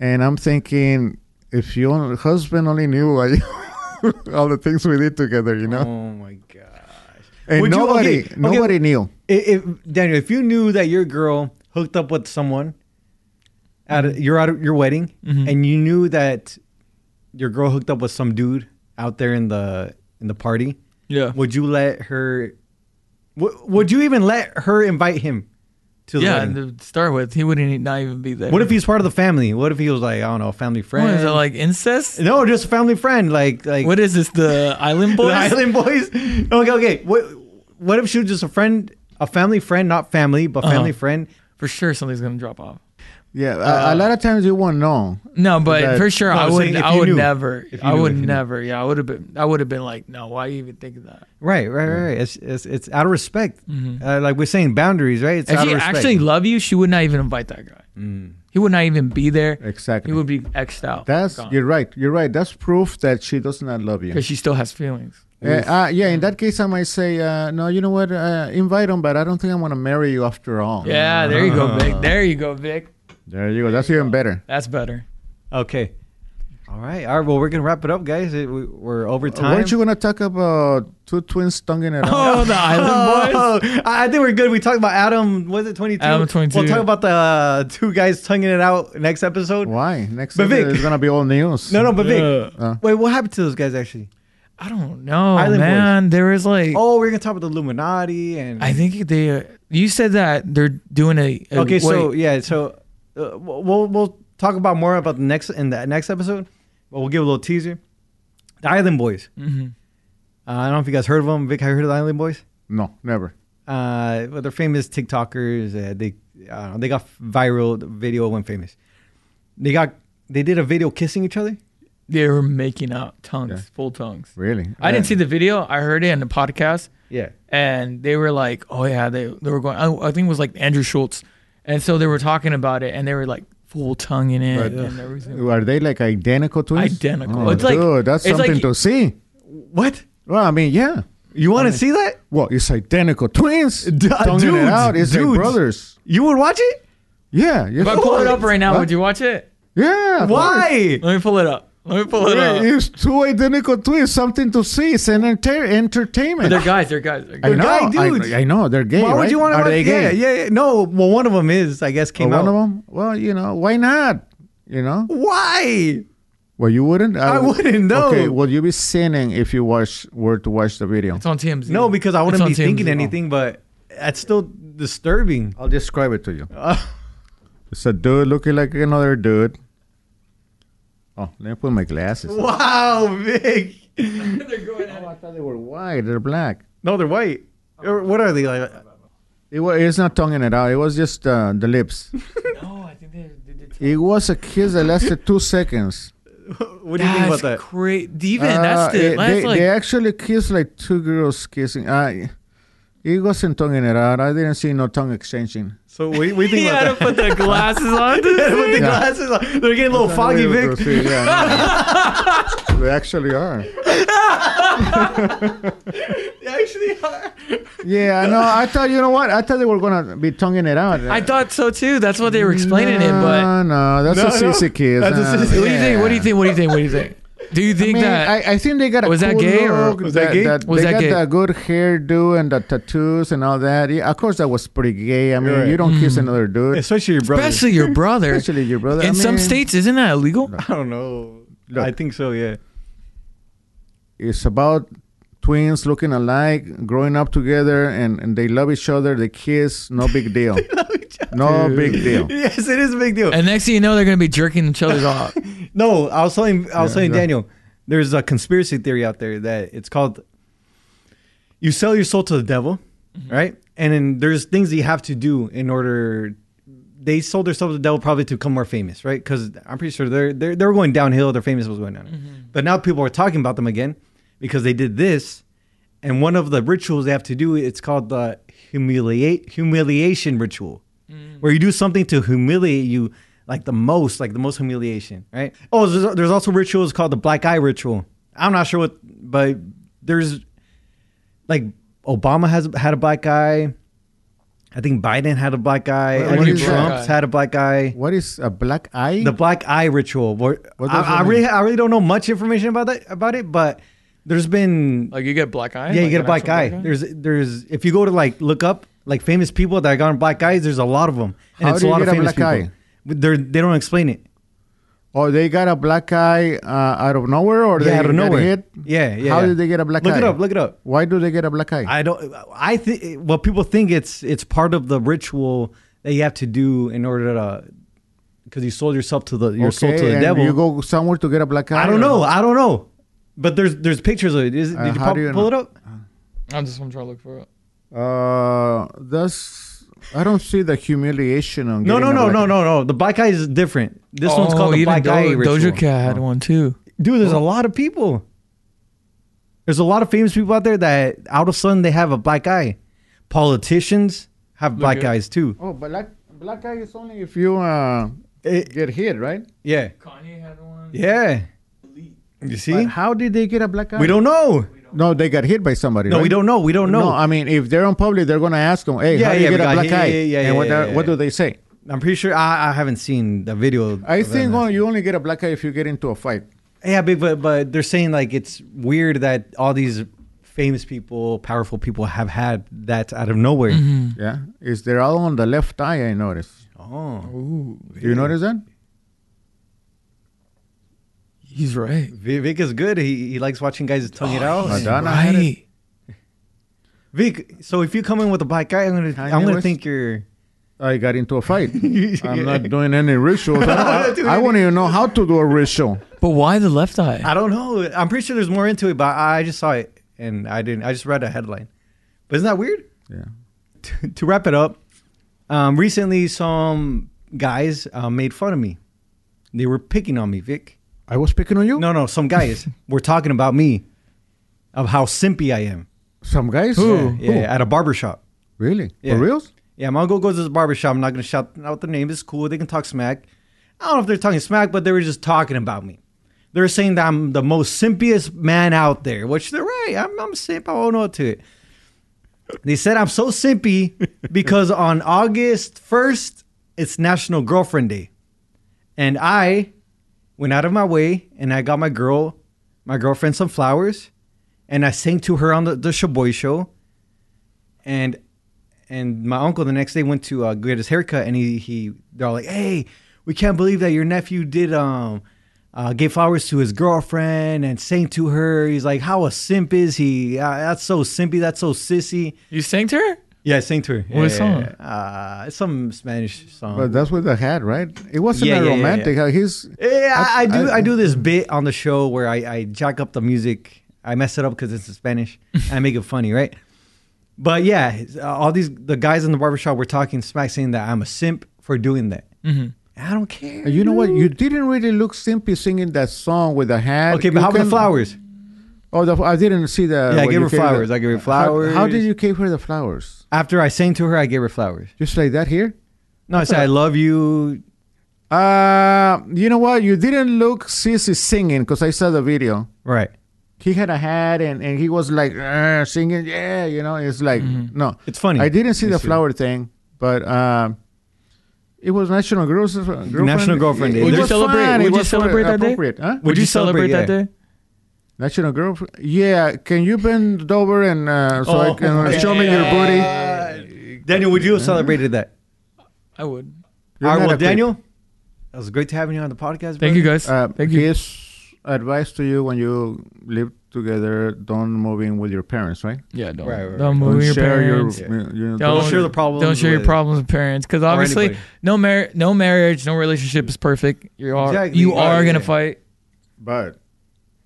Speaker 2: and I'm thinking if your husband only knew like, all the things we did together, you know,
Speaker 3: Oh my god.
Speaker 2: and
Speaker 3: Would you-
Speaker 2: nobody
Speaker 3: okay, okay.
Speaker 2: nobody knew.
Speaker 3: If, if Daniel, if you knew that your girl hooked up with someone at
Speaker 1: Mm-hmm.
Speaker 3: a, you're at your wedding, and you knew that your girl hooked up with some dude out there in the in the party,
Speaker 1: Yeah.
Speaker 3: would you let her? W- would you even let her invite him to the
Speaker 1: Yeah,
Speaker 3: wedding?
Speaker 1: and to start with, he wouldn't e- not even be there.
Speaker 3: what if he's part of the family? What if he was like I don't know, a family friend?
Speaker 1: What, is it like incest?
Speaker 3: no, just a family friend. Like like
Speaker 1: What is this? The Island Boys?
Speaker 3: the Island Boys. Okay, okay. What what if she was just a friend, a family friend, not family, but
Speaker 1: Uh-huh.
Speaker 3: family friend?
Speaker 1: For sure, something's gonna drop off.
Speaker 2: Yeah,
Speaker 1: Uh,
Speaker 2: a, a lot of times you won't know.
Speaker 1: No, but
Speaker 2: That-
Speaker 1: for sure,
Speaker 3: No,
Speaker 1: I
Speaker 3: I'm
Speaker 1: would.
Speaker 3: saying if
Speaker 1: I
Speaker 3: you
Speaker 1: would
Speaker 3: knew.
Speaker 1: never.
Speaker 3: If you
Speaker 1: I
Speaker 3: knew,
Speaker 1: would
Speaker 3: if you knew.
Speaker 1: never. Yeah, I would have been. I would have been like, no. Why even think of that?
Speaker 3: Right, right, right. It's it's, it's out of respect. Uh, like we're saying, boundaries, right? It's
Speaker 1: If
Speaker 3: out
Speaker 1: she
Speaker 3: of respect.
Speaker 1: Mm-hmm.
Speaker 3: Mm.
Speaker 1: actually love you, she would not even invite that guy. He would not even be there.
Speaker 2: Exactly.
Speaker 1: He would be xed out.
Speaker 2: That's you're right. You're right. That's proof that she does not love you.
Speaker 1: because she still has feelings.
Speaker 2: Uh, uh, yeah, in that case, I might say, uh, no, you know what? Uh, invite him, but I don't think I'm gonna marry you after all.
Speaker 1: Yeah,
Speaker 3: Mm.
Speaker 1: there you go, Vic. There you go, Vic.
Speaker 2: There you go. That's even better.
Speaker 1: That's better.
Speaker 3: okay. All right, all right. Well, we're gonna wrap it up, guys. It, we, we're over time.
Speaker 2: Weren't you gonna talk about two twins tonguing it out?
Speaker 1: Oh, the Island Boys.
Speaker 3: Oh, I I think we're good. We talked about Adam. Was it twenty two?
Speaker 1: Adam 22.
Speaker 3: We'll talk about the uh, two guys tonguing it out next episode.
Speaker 2: Why? Next
Speaker 3: But
Speaker 2: time
Speaker 3: Vic-
Speaker 2: it's gonna be all news.
Speaker 3: No, no, but Vic.
Speaker 1: Yeah.
Speaker 3: Wait, what happened to those guys actually?
Speaker 1: I don't know,
Speaker 3: Island
Speaker 1: man. There is like,
Speaker 3: Oh, we're gonna talk about the Illuminati and
Speaker 1: I think they. Uh, you said that they're doing a. a-
Speaker 3: Okay, so
Speaker 1: wait,
Speaker 3: yeah, so uh, we'll we'll talk about more about the next in the next episode, but we'll give a little teaser. The Island Boys.
Speaker 2: Mm-hmm.
Speaker 3: Uh, I don't know if you guys heard of them. Vic, have you heard of the Island Boys?
Speaker 2: no, never.
Speaker 3: Uh, well, they're famous TikTokers. Uh, they I don't know, they got viral. The video went famous. They got they did a video kissing each other.
Speaker 1: they were making out tongues, full tongues.
Speaker 2: Really? Uh,
Speaker 1: I didn't see the video. I heard it in the podcast,
Speaker 3: Yeah.
Speaker 1: and they were like, "Oh yeah, they they were going." I, I think it was like Andrew Schultz, and so they were talking about it, and they were like full tongue in it and everything.
Speaker 2: Are they like identical twins?
Speaker 1: Identical.
Speaker 2: Oh,
Speaker 1: It's like-
Speaker 2: dude, that's
Speaker 1: it's like
Speaker 2: something to
Speaker 1: you-
Speaker 2: see.
Speaker 3: What?
Speaker 2: Well, I mean, yeah.
Speaker 3: You want to see that?
Speaker 2: Well, it's identical twins.
Speaker 3: D-
Speaker 2: tonguing it
Speaker 3: dudes,
Speaker 2: out. It's
Speaker 3: dudes.
Speaker 2: like brothers.
Speaker 3: You would watch it?
Speaker 2: Yeah. yes.
Speaker 1: If I pull it up right now,
Speaker 2: Huh?
Speaker 1: would you watch it?
Speaker 2: Yeah. of course.
Speaker 3: Why?
Speaker 1: Let me pull it up. Let me pull it
Speaker 2: Yeah,
Speaker 1: up.
Speaker 2: It's two identical twins. Something to see. It's an enter- entertainment.
Speaker 1: They're guys. They're guys. They're guys.
Speaker 2: I know.
Speaker 3: guy
Speaker 2: I-
Speaker 3: dudes.
Speaker 2: I, know they're gay.
Speaker 3: Why would
Speaker 2: right?
Speaker 3: you want to
Speaker 2: Are
Speaker 3: watch?
Speaker 2: they
Speaker 3: yeah,
Speaker 2: gay?
Speaker 3: yeah, yeah. No, well, one of them is. I guess
Speaker 2: Or
Speaker 3: came out.
Speaker 2: one of them. Well, you know, why not? You know.
Speaker 3: Why?
Speaker 2: Well, you wouldn't.
Speaker 3: I
Speaker 2: would-
Speaker 3: wouldn't, no.
Speaker 2: Okay. Well, you'd be sinning if you watch were to watch the video.
Speaker 1: It's on TMZ.
Speaker 3: No, because I
Speaker 1: It's
Speaker 3: wouldn't
Speaker 1: on
Speaker 3: be thinking
Speaker 1: TMZ.
Speaker 3: anything, but that's still disturbing.
Speaker 2: I'll describe it to you. it's a dude looking like another dude. Oh, let me put my glasses. on.
Speaker 3: Wow, Vic.
Speaker 2: Oh, I thought they were white. They're black.
Speaker 3: No, they're white. Or What are they like?
Speaker 2: It was. It's not tonguing it out. It was just uh, the lips.
Speaker 1: No, I think they they did.
Speaker 2: it was a kiss that lasted two seconds.
Speaker 3: What do you think about that?
Speaker 1: That's crazy. Even that's
Speaker 2: Uh,
Speaker 1: the
Speaker 2: it-
Speaker 1: that's
Speaker 2: they,
Speaker 1: like
Speaker 2: they actually kiss like two girls kissing. I He wasn't tonguing it out. I didn't see no tongue exchanging.
Speaker 3: So we, we
Speaker 1: He
Speaker 3: think
Speaker 1: had to
Speaker 3: about that.
Speaker 1: put the glasses on.
Speaker 3: Put the
Speaker 1: dude.
Speaker 3: glasses on. They're getting a little Oh, foggy,
Speaker 2: Yeah,
Speaker 3: Vic.
Speaker 2: no. they actually are.
Speaker 3: They Actually, are.
Speaker 2: Yeah, no, I thought, you know what? I thought they were going to be tonguing it out.
Speaker 1: I thought so too. That's what they were explaining it.
Speaker 2: No,
Speaker 1: But
Speaker 2: no, that's
Speaker 3: No,
Speaker 2: a
Speaker 3: no.
Speaker 2: sissy kiss.
Speaker 3: That's a
Speaker 2: Uh,
Speaker 3: sissy-
Speaker 1: what do you think? What do you
Speaker 2: yeah.
Speaker 1: think? What do you think? What do you think? Do you think
Speaker 2: I mean,
Speaker 1: that?
Speaker 2: I, I think they got a
Speaker 1: Was that
Speaker 2: cool
Speaker 1: gay or-
Speaker 2: look.
Speaker 3: Was that gay?
Speaker 1: Was
Speaker 2: they
Speaker 1: that
Speaker 2: got
Speaker 1: gay?
Speaker 2: the good hairdo and the tattoos and all that. Yeah, of course, that was pretty gay. I mean,
Speaker 3: Right.
Speaker 2: you don't kiss another dude,
Speaker 3: Especially your brother.
Speaker 1: especially your brother.
Speaker 2: especially your brother.
Speaker 1: Mm. In
Speaker 2: I
Speaker 1: some
Speaker 2: mean,
Speaker 1: states, isn't that illegal?
Speaker 3: I don't know.
Speaker 2: Look.
Speaker 3: I think so. Yeah.
Speaker 2: it's about twins looking alike, growing up together, and, and they love each other. They kiss, no big deal. no big deal.
Speaker 3: Yes, it is a big deal.
Speaker 1: And next thing you know, they're gonna be jerking each other off.
Speaker 3: No, I was telling I was
Speaker 2: Yeah,
Speaker 3: telling
Speaker 2: yeah.
Speaker 3: Daniel, there's a conspiracy theory out there that it's called you sell your soul to the devil, right? And then there's things that you have to do in order they sold their soul to the devil probably to become more famous, right? Because I'm pretty sure they're, they're they were going downhill. Their famous was going down, but now people are talking about them again because they did this, and one of the rituals they have to do it's called the humiliate humiliation ritual, where you do something to humiliate you like the most, like the most humiliation, right? Oh, there's, there's also rituals called the black eye ritual. I'm not sure what, but there's like Obama has had a black eye. I think Biden had a black eye.
Speaker 2: What-
Speaker 3: I
Speaker 2: what
Speaker 3: think
Speaker 2: is
Speaker 1: that?
Speaker 3: Trump's had a black eye.
Speaker 2: What is a black eye?
Speaker 3: The black eye ritual. Where,
Speaker 2: What does
Speaker 3: I, I
Speaker 2: that mean?
Speaker 3: really, I really don't know much information about that about it, but there's been
Speaker 1: Like you get black eye.
Speaker 3: yeah, you
Speaker 1: Like
Speaker 3: get a
Speaker 1: an
Speaker 3: black
Speaker 1: actual
Speaker 3: eye. There's there's if you go to like look up like famous people that got black eyes, there's a lot of them, and
Speaker 2: How
Speaker 3: it's
Speaker 2: do
Speaker 3: a
Speaker 2: you
Speaker 3: lot
Speaker 2: get
Speaker 3: of
Speaker 2: a
Speaker 3: famous
Speaker 2: black
Speaker 3: people. But they're they don't explain it.
Speaker 2: oh, they got a black eye uh, out of nowhere, or they
Speaker 3: yeah, I don't know
Speaker 2: got
Speaker 3: where.
Speaker 2: hit?
Speaker 3: Yeah, yeah.
Speaker 2: How
Speaker 3: yeah.
Speaker 2: did they get a black
Speaker 3: look
Speaker 2: eye?
Speaker 3: it up. Look it up.
Speaker 2: Why do they get a black eye?
Speaker 3: I don't. I think what people think it's it's part of the ritual that you have to do in order to because you sold yourself to the your soul to the
Speaker 2: and
Speaker 3: devil.
Speaker 2: You go somewhere to get a black eye.
Speaker 3: I don't
Speaker 2: or-
Speaker 3: know. I don't know. But there's there's pictures of it. Is,
Speaker 2: Uh,
Speaker 3: did you,
Speaker 2: how
Speaker 3: pop,
Speaker 2: do you
Speaker 3: pull
Speaker 2: know?
Speaker 3: it up?
Speaker 1: I'm just I'm trying to look for it.
Speaker 2: Uh, that's. I don't see the humiliation on.
Speaker 3: No,
Speaker 2: getting
Speaker 3: no,
Speaker 2: a
Speaker 3: no,
Speaker 2: black
Speaker 3: no,
Speaker 2: eye.
Speaker 3: no, no. The black eye is different. This one's
Speaker 1: Oh,
Speaker 3: called the
Speaker 1: even
Speaker 3: black
Speaker 1: Do-
Speaker 3: eye ritual. Oh.
Speaker 1: Doja Cat Oh. had one too.
Speaker 3: Dude, there's a lot of people. There's a lot of famous people out there that out of sudden they have a black eye. Politicians have black
Speaker 1: it.
Speaker 3: eyes too.
Speaker 2: Oh, black black eye is only if you uh
Speaker 3: It-
Speaker 2: get hit, right?
Speaker 3: yeah,
Speaker 1: Kanye had one.
Speaker 3: yeah. You see,
Speaker 2: But how did they get a black eye?
Speaker 3: we don't know.
Speaker 2: No, they got hit by somebody.
Speaker 3: No,
Speaker 2: right?
Speaker 3: we don't know. We don't know.
Speaker 2: No, I mean, if they're on public, they're gonna ask them, "Hey,
Speaker 3: Yeah,
Speaker 2: how do
Speaker 3: yeah,
Speaker 2: you
Speaker 3: we
Speaker 2: get a
Speaker 3: got
Speaker 2: black
Speaker 3: hit.
Speaker 2: eye?"
Speaker 3: Yeah, yeah,
Speaker 2: and
Speaker 3: yeah,
Speaker 2: what,
Speaker 3: yeah,
Speaker 2: are-
Speaker 3: yeah,
Speaker 2: what
Speaker 3: yeah.
Speaker 2: do they say?
Speaker 3: I'm pretty sure I, I haven't seen the video.
Speaker 2: I
Speaker 3: of
Speaker 2: think
Speaker 3: that.
Speaker 2: oh, you only get a black eye if you get into a fight.
Speaker 3: Yeah, big, but but they're saying like it's weird that all these famous people, powerful people, have had that out of nowhere.
Speaker 2: Yeah, is they're all on the left eye? I noticed.
Speaker 3: Oh,
Speaker 2: You notice that?
Speaker 1: He's right.
Speaker 3: Vic, Vic is good. He he likes watching guys tongue it out.
Speaker 2: Madonna. Donna had it.
Speaker 1: right.
Speaker 3: Vic, so if you come in with a black guy, I'm gonna
Speaker 2: Kanye
Speaker 3: I'm gonna
Speaker 2: West?
Speaker 3: think you're.
Speaker 2: I got into a fight.
Speaker 3: Yeah.
Speaker 2: I'm not doing any rituals.
Speaker 3: I'm
Speaker 2: I,
Speaker 3: not
Speaker 2: don't,
Speaker 3: doing
Speaker 2: I, I wouldn't even know how to do a ritual.
Speaker 1: But why the left eye?
Speaker 3: I don't know. I'm pretty sure there's more into it, but I just saw it and I didn't. I just read a headline. But isn't that weird?
Speaker 2: Yeah.
Speaker 3: to, to wrap it up, um, recently some guys uh, made fun of me. They were picking on me, Vic.
Speaker 2: I was picking on you.
Speaker 3: No, no, some guys were talking about me, of how simpy I am.
Speaker 2: Some guys.
Speaker 1: Who?
Speaker 3: Yeah, at a barber shop.
Speaker 2: Really?
Speaker 3: Yeah.
Speaker 2: For reals?
Speaker 3: Yeah, my uncle goes to this barber shop. I'm not gonna shout out the name. It's cool. They can talk smack. I don't know if they're talking smack, but they were just talking about me. They're saying that I'm the most simpiest man out there, which they're right. I'm, I'm simp. I own up to it. They said I'm so simpy because on August 1st, it's National Girlfriend Day. And I went out of my way and I got my girl, my girlfriend, some flowers. And I sang to her on the, the Shaboy show. And and my uncle the next day went to uh, get his haircut and he, he they're all like, hey, we can't believe that your nephew did um uh, gave flowers to his girlfriend and sang to her. He's like, how a simp is he? Uh, that's so simpy. That's so sissy.
Speaker 1: You sang to her?
Speaker 3: Yeah, sing to her.
Speaker 1: What
Speaker 3: yeah,
Speaker 1: song?
Speaker 3: yeah, yeah. Uh, it's some Spanish song.
Speaker 2: But that's with the hat, right? It wasn't
Speaker 3: Yeah,
Speaker 2: a
Speaker 3: yeah, yeah,
Speaker 2: romantic. uh, He's
Speaker 3: yeah, I, I do. I,
Speaker 2: I-
Speaker 3: do this bit on the show where I, I jack up the music. I mess it up because it's in Spanish. I make it funny, right? But yeah, uh, all these the guys in the barbershop were talking smack, saying that I'm a simp for doing that. Mm-hmm. I don't
Speaker 2: uh,
Speaker 3: care.
Speaker 2: You know what? You didn't really look simpy singing that song with a hat.
Speaker 3: okay,
Speaker 2: You
Speaker 3: but how about the
Speaker 2: can-
Speaker 3: flowers?
Speaker 2: Oh, the, I didn't see the.
Speaker 3: yeah, I
Speaker 2: what
Speaker 3: gave
Speaker 2: you
Speaker 3: her
Speaker 2: her.
Speaker 3: flowers. I gave her flowers.
Speaker 2: How, how did you give her the flowers?
Speaker 3: After I sang to her, I gave her flowers.
Speaker 2: Just like that here?
Speaker 3: No, I said I love you.
Speaker 2: Uh, you know what? You didn't look Sissy singing because I saw the video.
Speaker 3: Right.
Speaker 2: He had a hat and, and he was like "Uh, singing, yeah, you know. It's like no,
Speaker 3: It's funny.
Speaker 2: I didn't see
Speaker 3: I
Speaker 2: the
Speaker 3: see.
Speaker 2: flower thing, but um, it was National Girls uh, Girlfriend.
Speaker 3: National Girlfriend Day.
Speaker 2: It
Speaker 3: Would you
Speaker 2: was
Speaker 1: celebrate-
Speaker 2: fun.
Speaker 1: would
Speaker 2: It
Speaker 1: you
Speaker 2: was fun-
Speaker 1: celebrate that day?
Speaker 2: appropriate, Huh?
Speaker 3: Would you celebrate
Speaker 1: that day?
Speaker 2: National Girlfriend. Yeah, can you bend over and uh, so I
Speaker 1: Oh,
Speaker 2: can uh, show me your booty?
Speaker 3: Daniel, would you have celebrated that?
Speaker 1: I would.
Speaker 2: You're
Speaker 3: All
Speaker 2: not
Speaker 3: right, well,
Speaker 2: a creep.
Speaker 3: Daniel, that was great to having you on the podcast.
Speaker 1: Thank you
Speaker 3: brother.
Speaker 1: guys.
Speaker 2: Uh,
Speaker 1: Thank you.
Speaker 2: His advice to you when you live together: don't move in with your parents, right?
Speaker 1: Yeah, don't
Speaker 3: Right, right,
Speaker 2: Don't
Speaker 1: don't move your
Speaker 2: share
Speaker 1: parents.
Speaker 2: your. you- you-
Speaker 1: Don't,
Speaker 3: share the problems
Speaker 1: Don't share your
Speaker 3: with-
Speaker 1: problems with parents, because obviously,
Speaker 3: anybody.
Speaker 1: no mar- no marriage, no relationship is perfect. You are
Speaker 3: Exactly.
Speaker 1: you
Speaker 3: Yeah,
Speaker 1: are gonna
Speaker 3: yeah.
Speaker 1: fight.
Speaker 2: But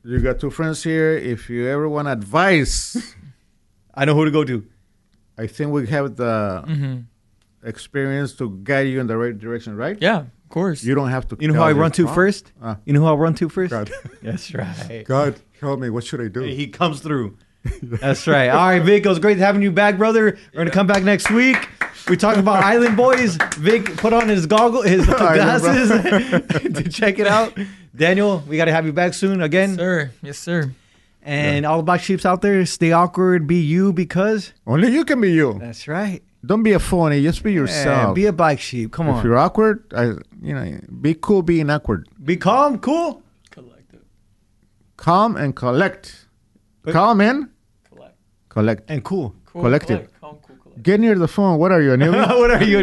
Speaker 2: you got two friends here. If you ever want advice,
Speaker 3: I know who to go to.
Speaker 2: I think we have the
Speaker 3: Mm-hmm.
Speaker 2: experience to guide you in the right direction, right?
Speaker 1: Yeah, of course.
Speaker 2: You don't have to.
Speaker 3: You know who
Speaker 2: tell
Speaker 3: I
Speaker 2: your
Speaker 3: run to
Speaker 2: mom.
Speaker 3: first?
Speaker 2: Ah.
Speaker 3: You know who I'll run to first?
Speaker 2: God.
Speaker 3: That's right.
Speaker 2: God help me. What should I do?
Speaker 3: He comes through. That's right. All right, Vic, it was great having you back, brother. We're gonna come back next week. We talk about Island Boys. Vic put on his goggle, his
Speaker 2: Island
Speaker 3: glasses to check it out. Daniel, we gotta have you back soon again.
Speaker 1: sir. Yes, sir.
Speaker 3: And all the black sheeps out there, stay awkward, be you because
Speaker 2: Only you can be you.
Speaker 3: that's right.
Speaker 2: Don't be a phony. Just be yourself.
Speaker 3: Yeah, be a black sheep. Come
Speaker 2: if
Speaker 3: on.
Speaker 2: you're awkward, I, you know, be cool being awkward.
Speaker 3: Be calm, cool.
Speaker 1: Collective.
Speaker 2: Calm and collect. Calm and
Speaker 1: Collect.
Speaker 2: collect.
Speaker 3: And cool.
Speaker 2: Collective. Get near the phone. What are you, a newbie?
Speaker 3: what are you, a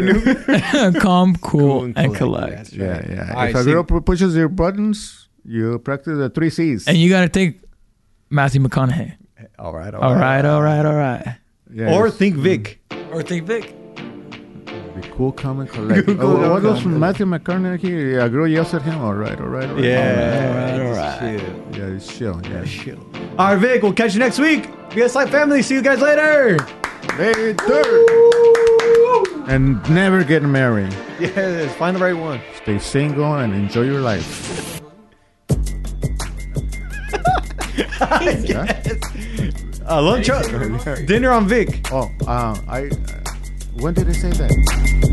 Speaker 3: new?
Speaker 1: Calm, cool,
Speaker 3: and
Speaker 1: and
Speaker 3: collect.
Speaker 1: collect.
Speaker 3: That's
Speaker 2: yeah, yeah.
Speaker 3: All
Speaker 2: if
Speaker 3: right,
Speaker 2: a
Speaker 3: see-
Speaker 2: girl pu- pushes your buttons, you practice the three C's.
Speaker 1: And you gotta think Matthew McConaughey.
Speaker 3: All right, all
Speaker 1: All right, all right, all right.
Speaker 2: Yes.
Speaker 3: Or think Vic.
Speaker 1: Or think big.
Speaker 2: be cool, calm, and collect.
Speaker 3: Cool,
Speaker 2: oh,
Speaker 3: calm,
Speaker 2: what was
Speaker 3: and
Speaker 2: Matthew McConaughey? A girl yells at him. All right, all right, all right.
Speaker 3: Yeah.
Speaker 1: all right, all
Speaker 3: Shit.
Speaker 2: all right. Yeah, it's chill. Yeah.
Speaker 3: All right, Vic, we'll catch you next week. BSI family, see you guys later.
Speaker 2: Later. And never get married.
Speaker 3: Yes, find the right one.
Speaker 2: Stay single and enjoy your life.
Speaker 3: Uh, lunch, dinner on Vic.
Speaker 2: uh, Oh, um, I. Uh, when did I say that?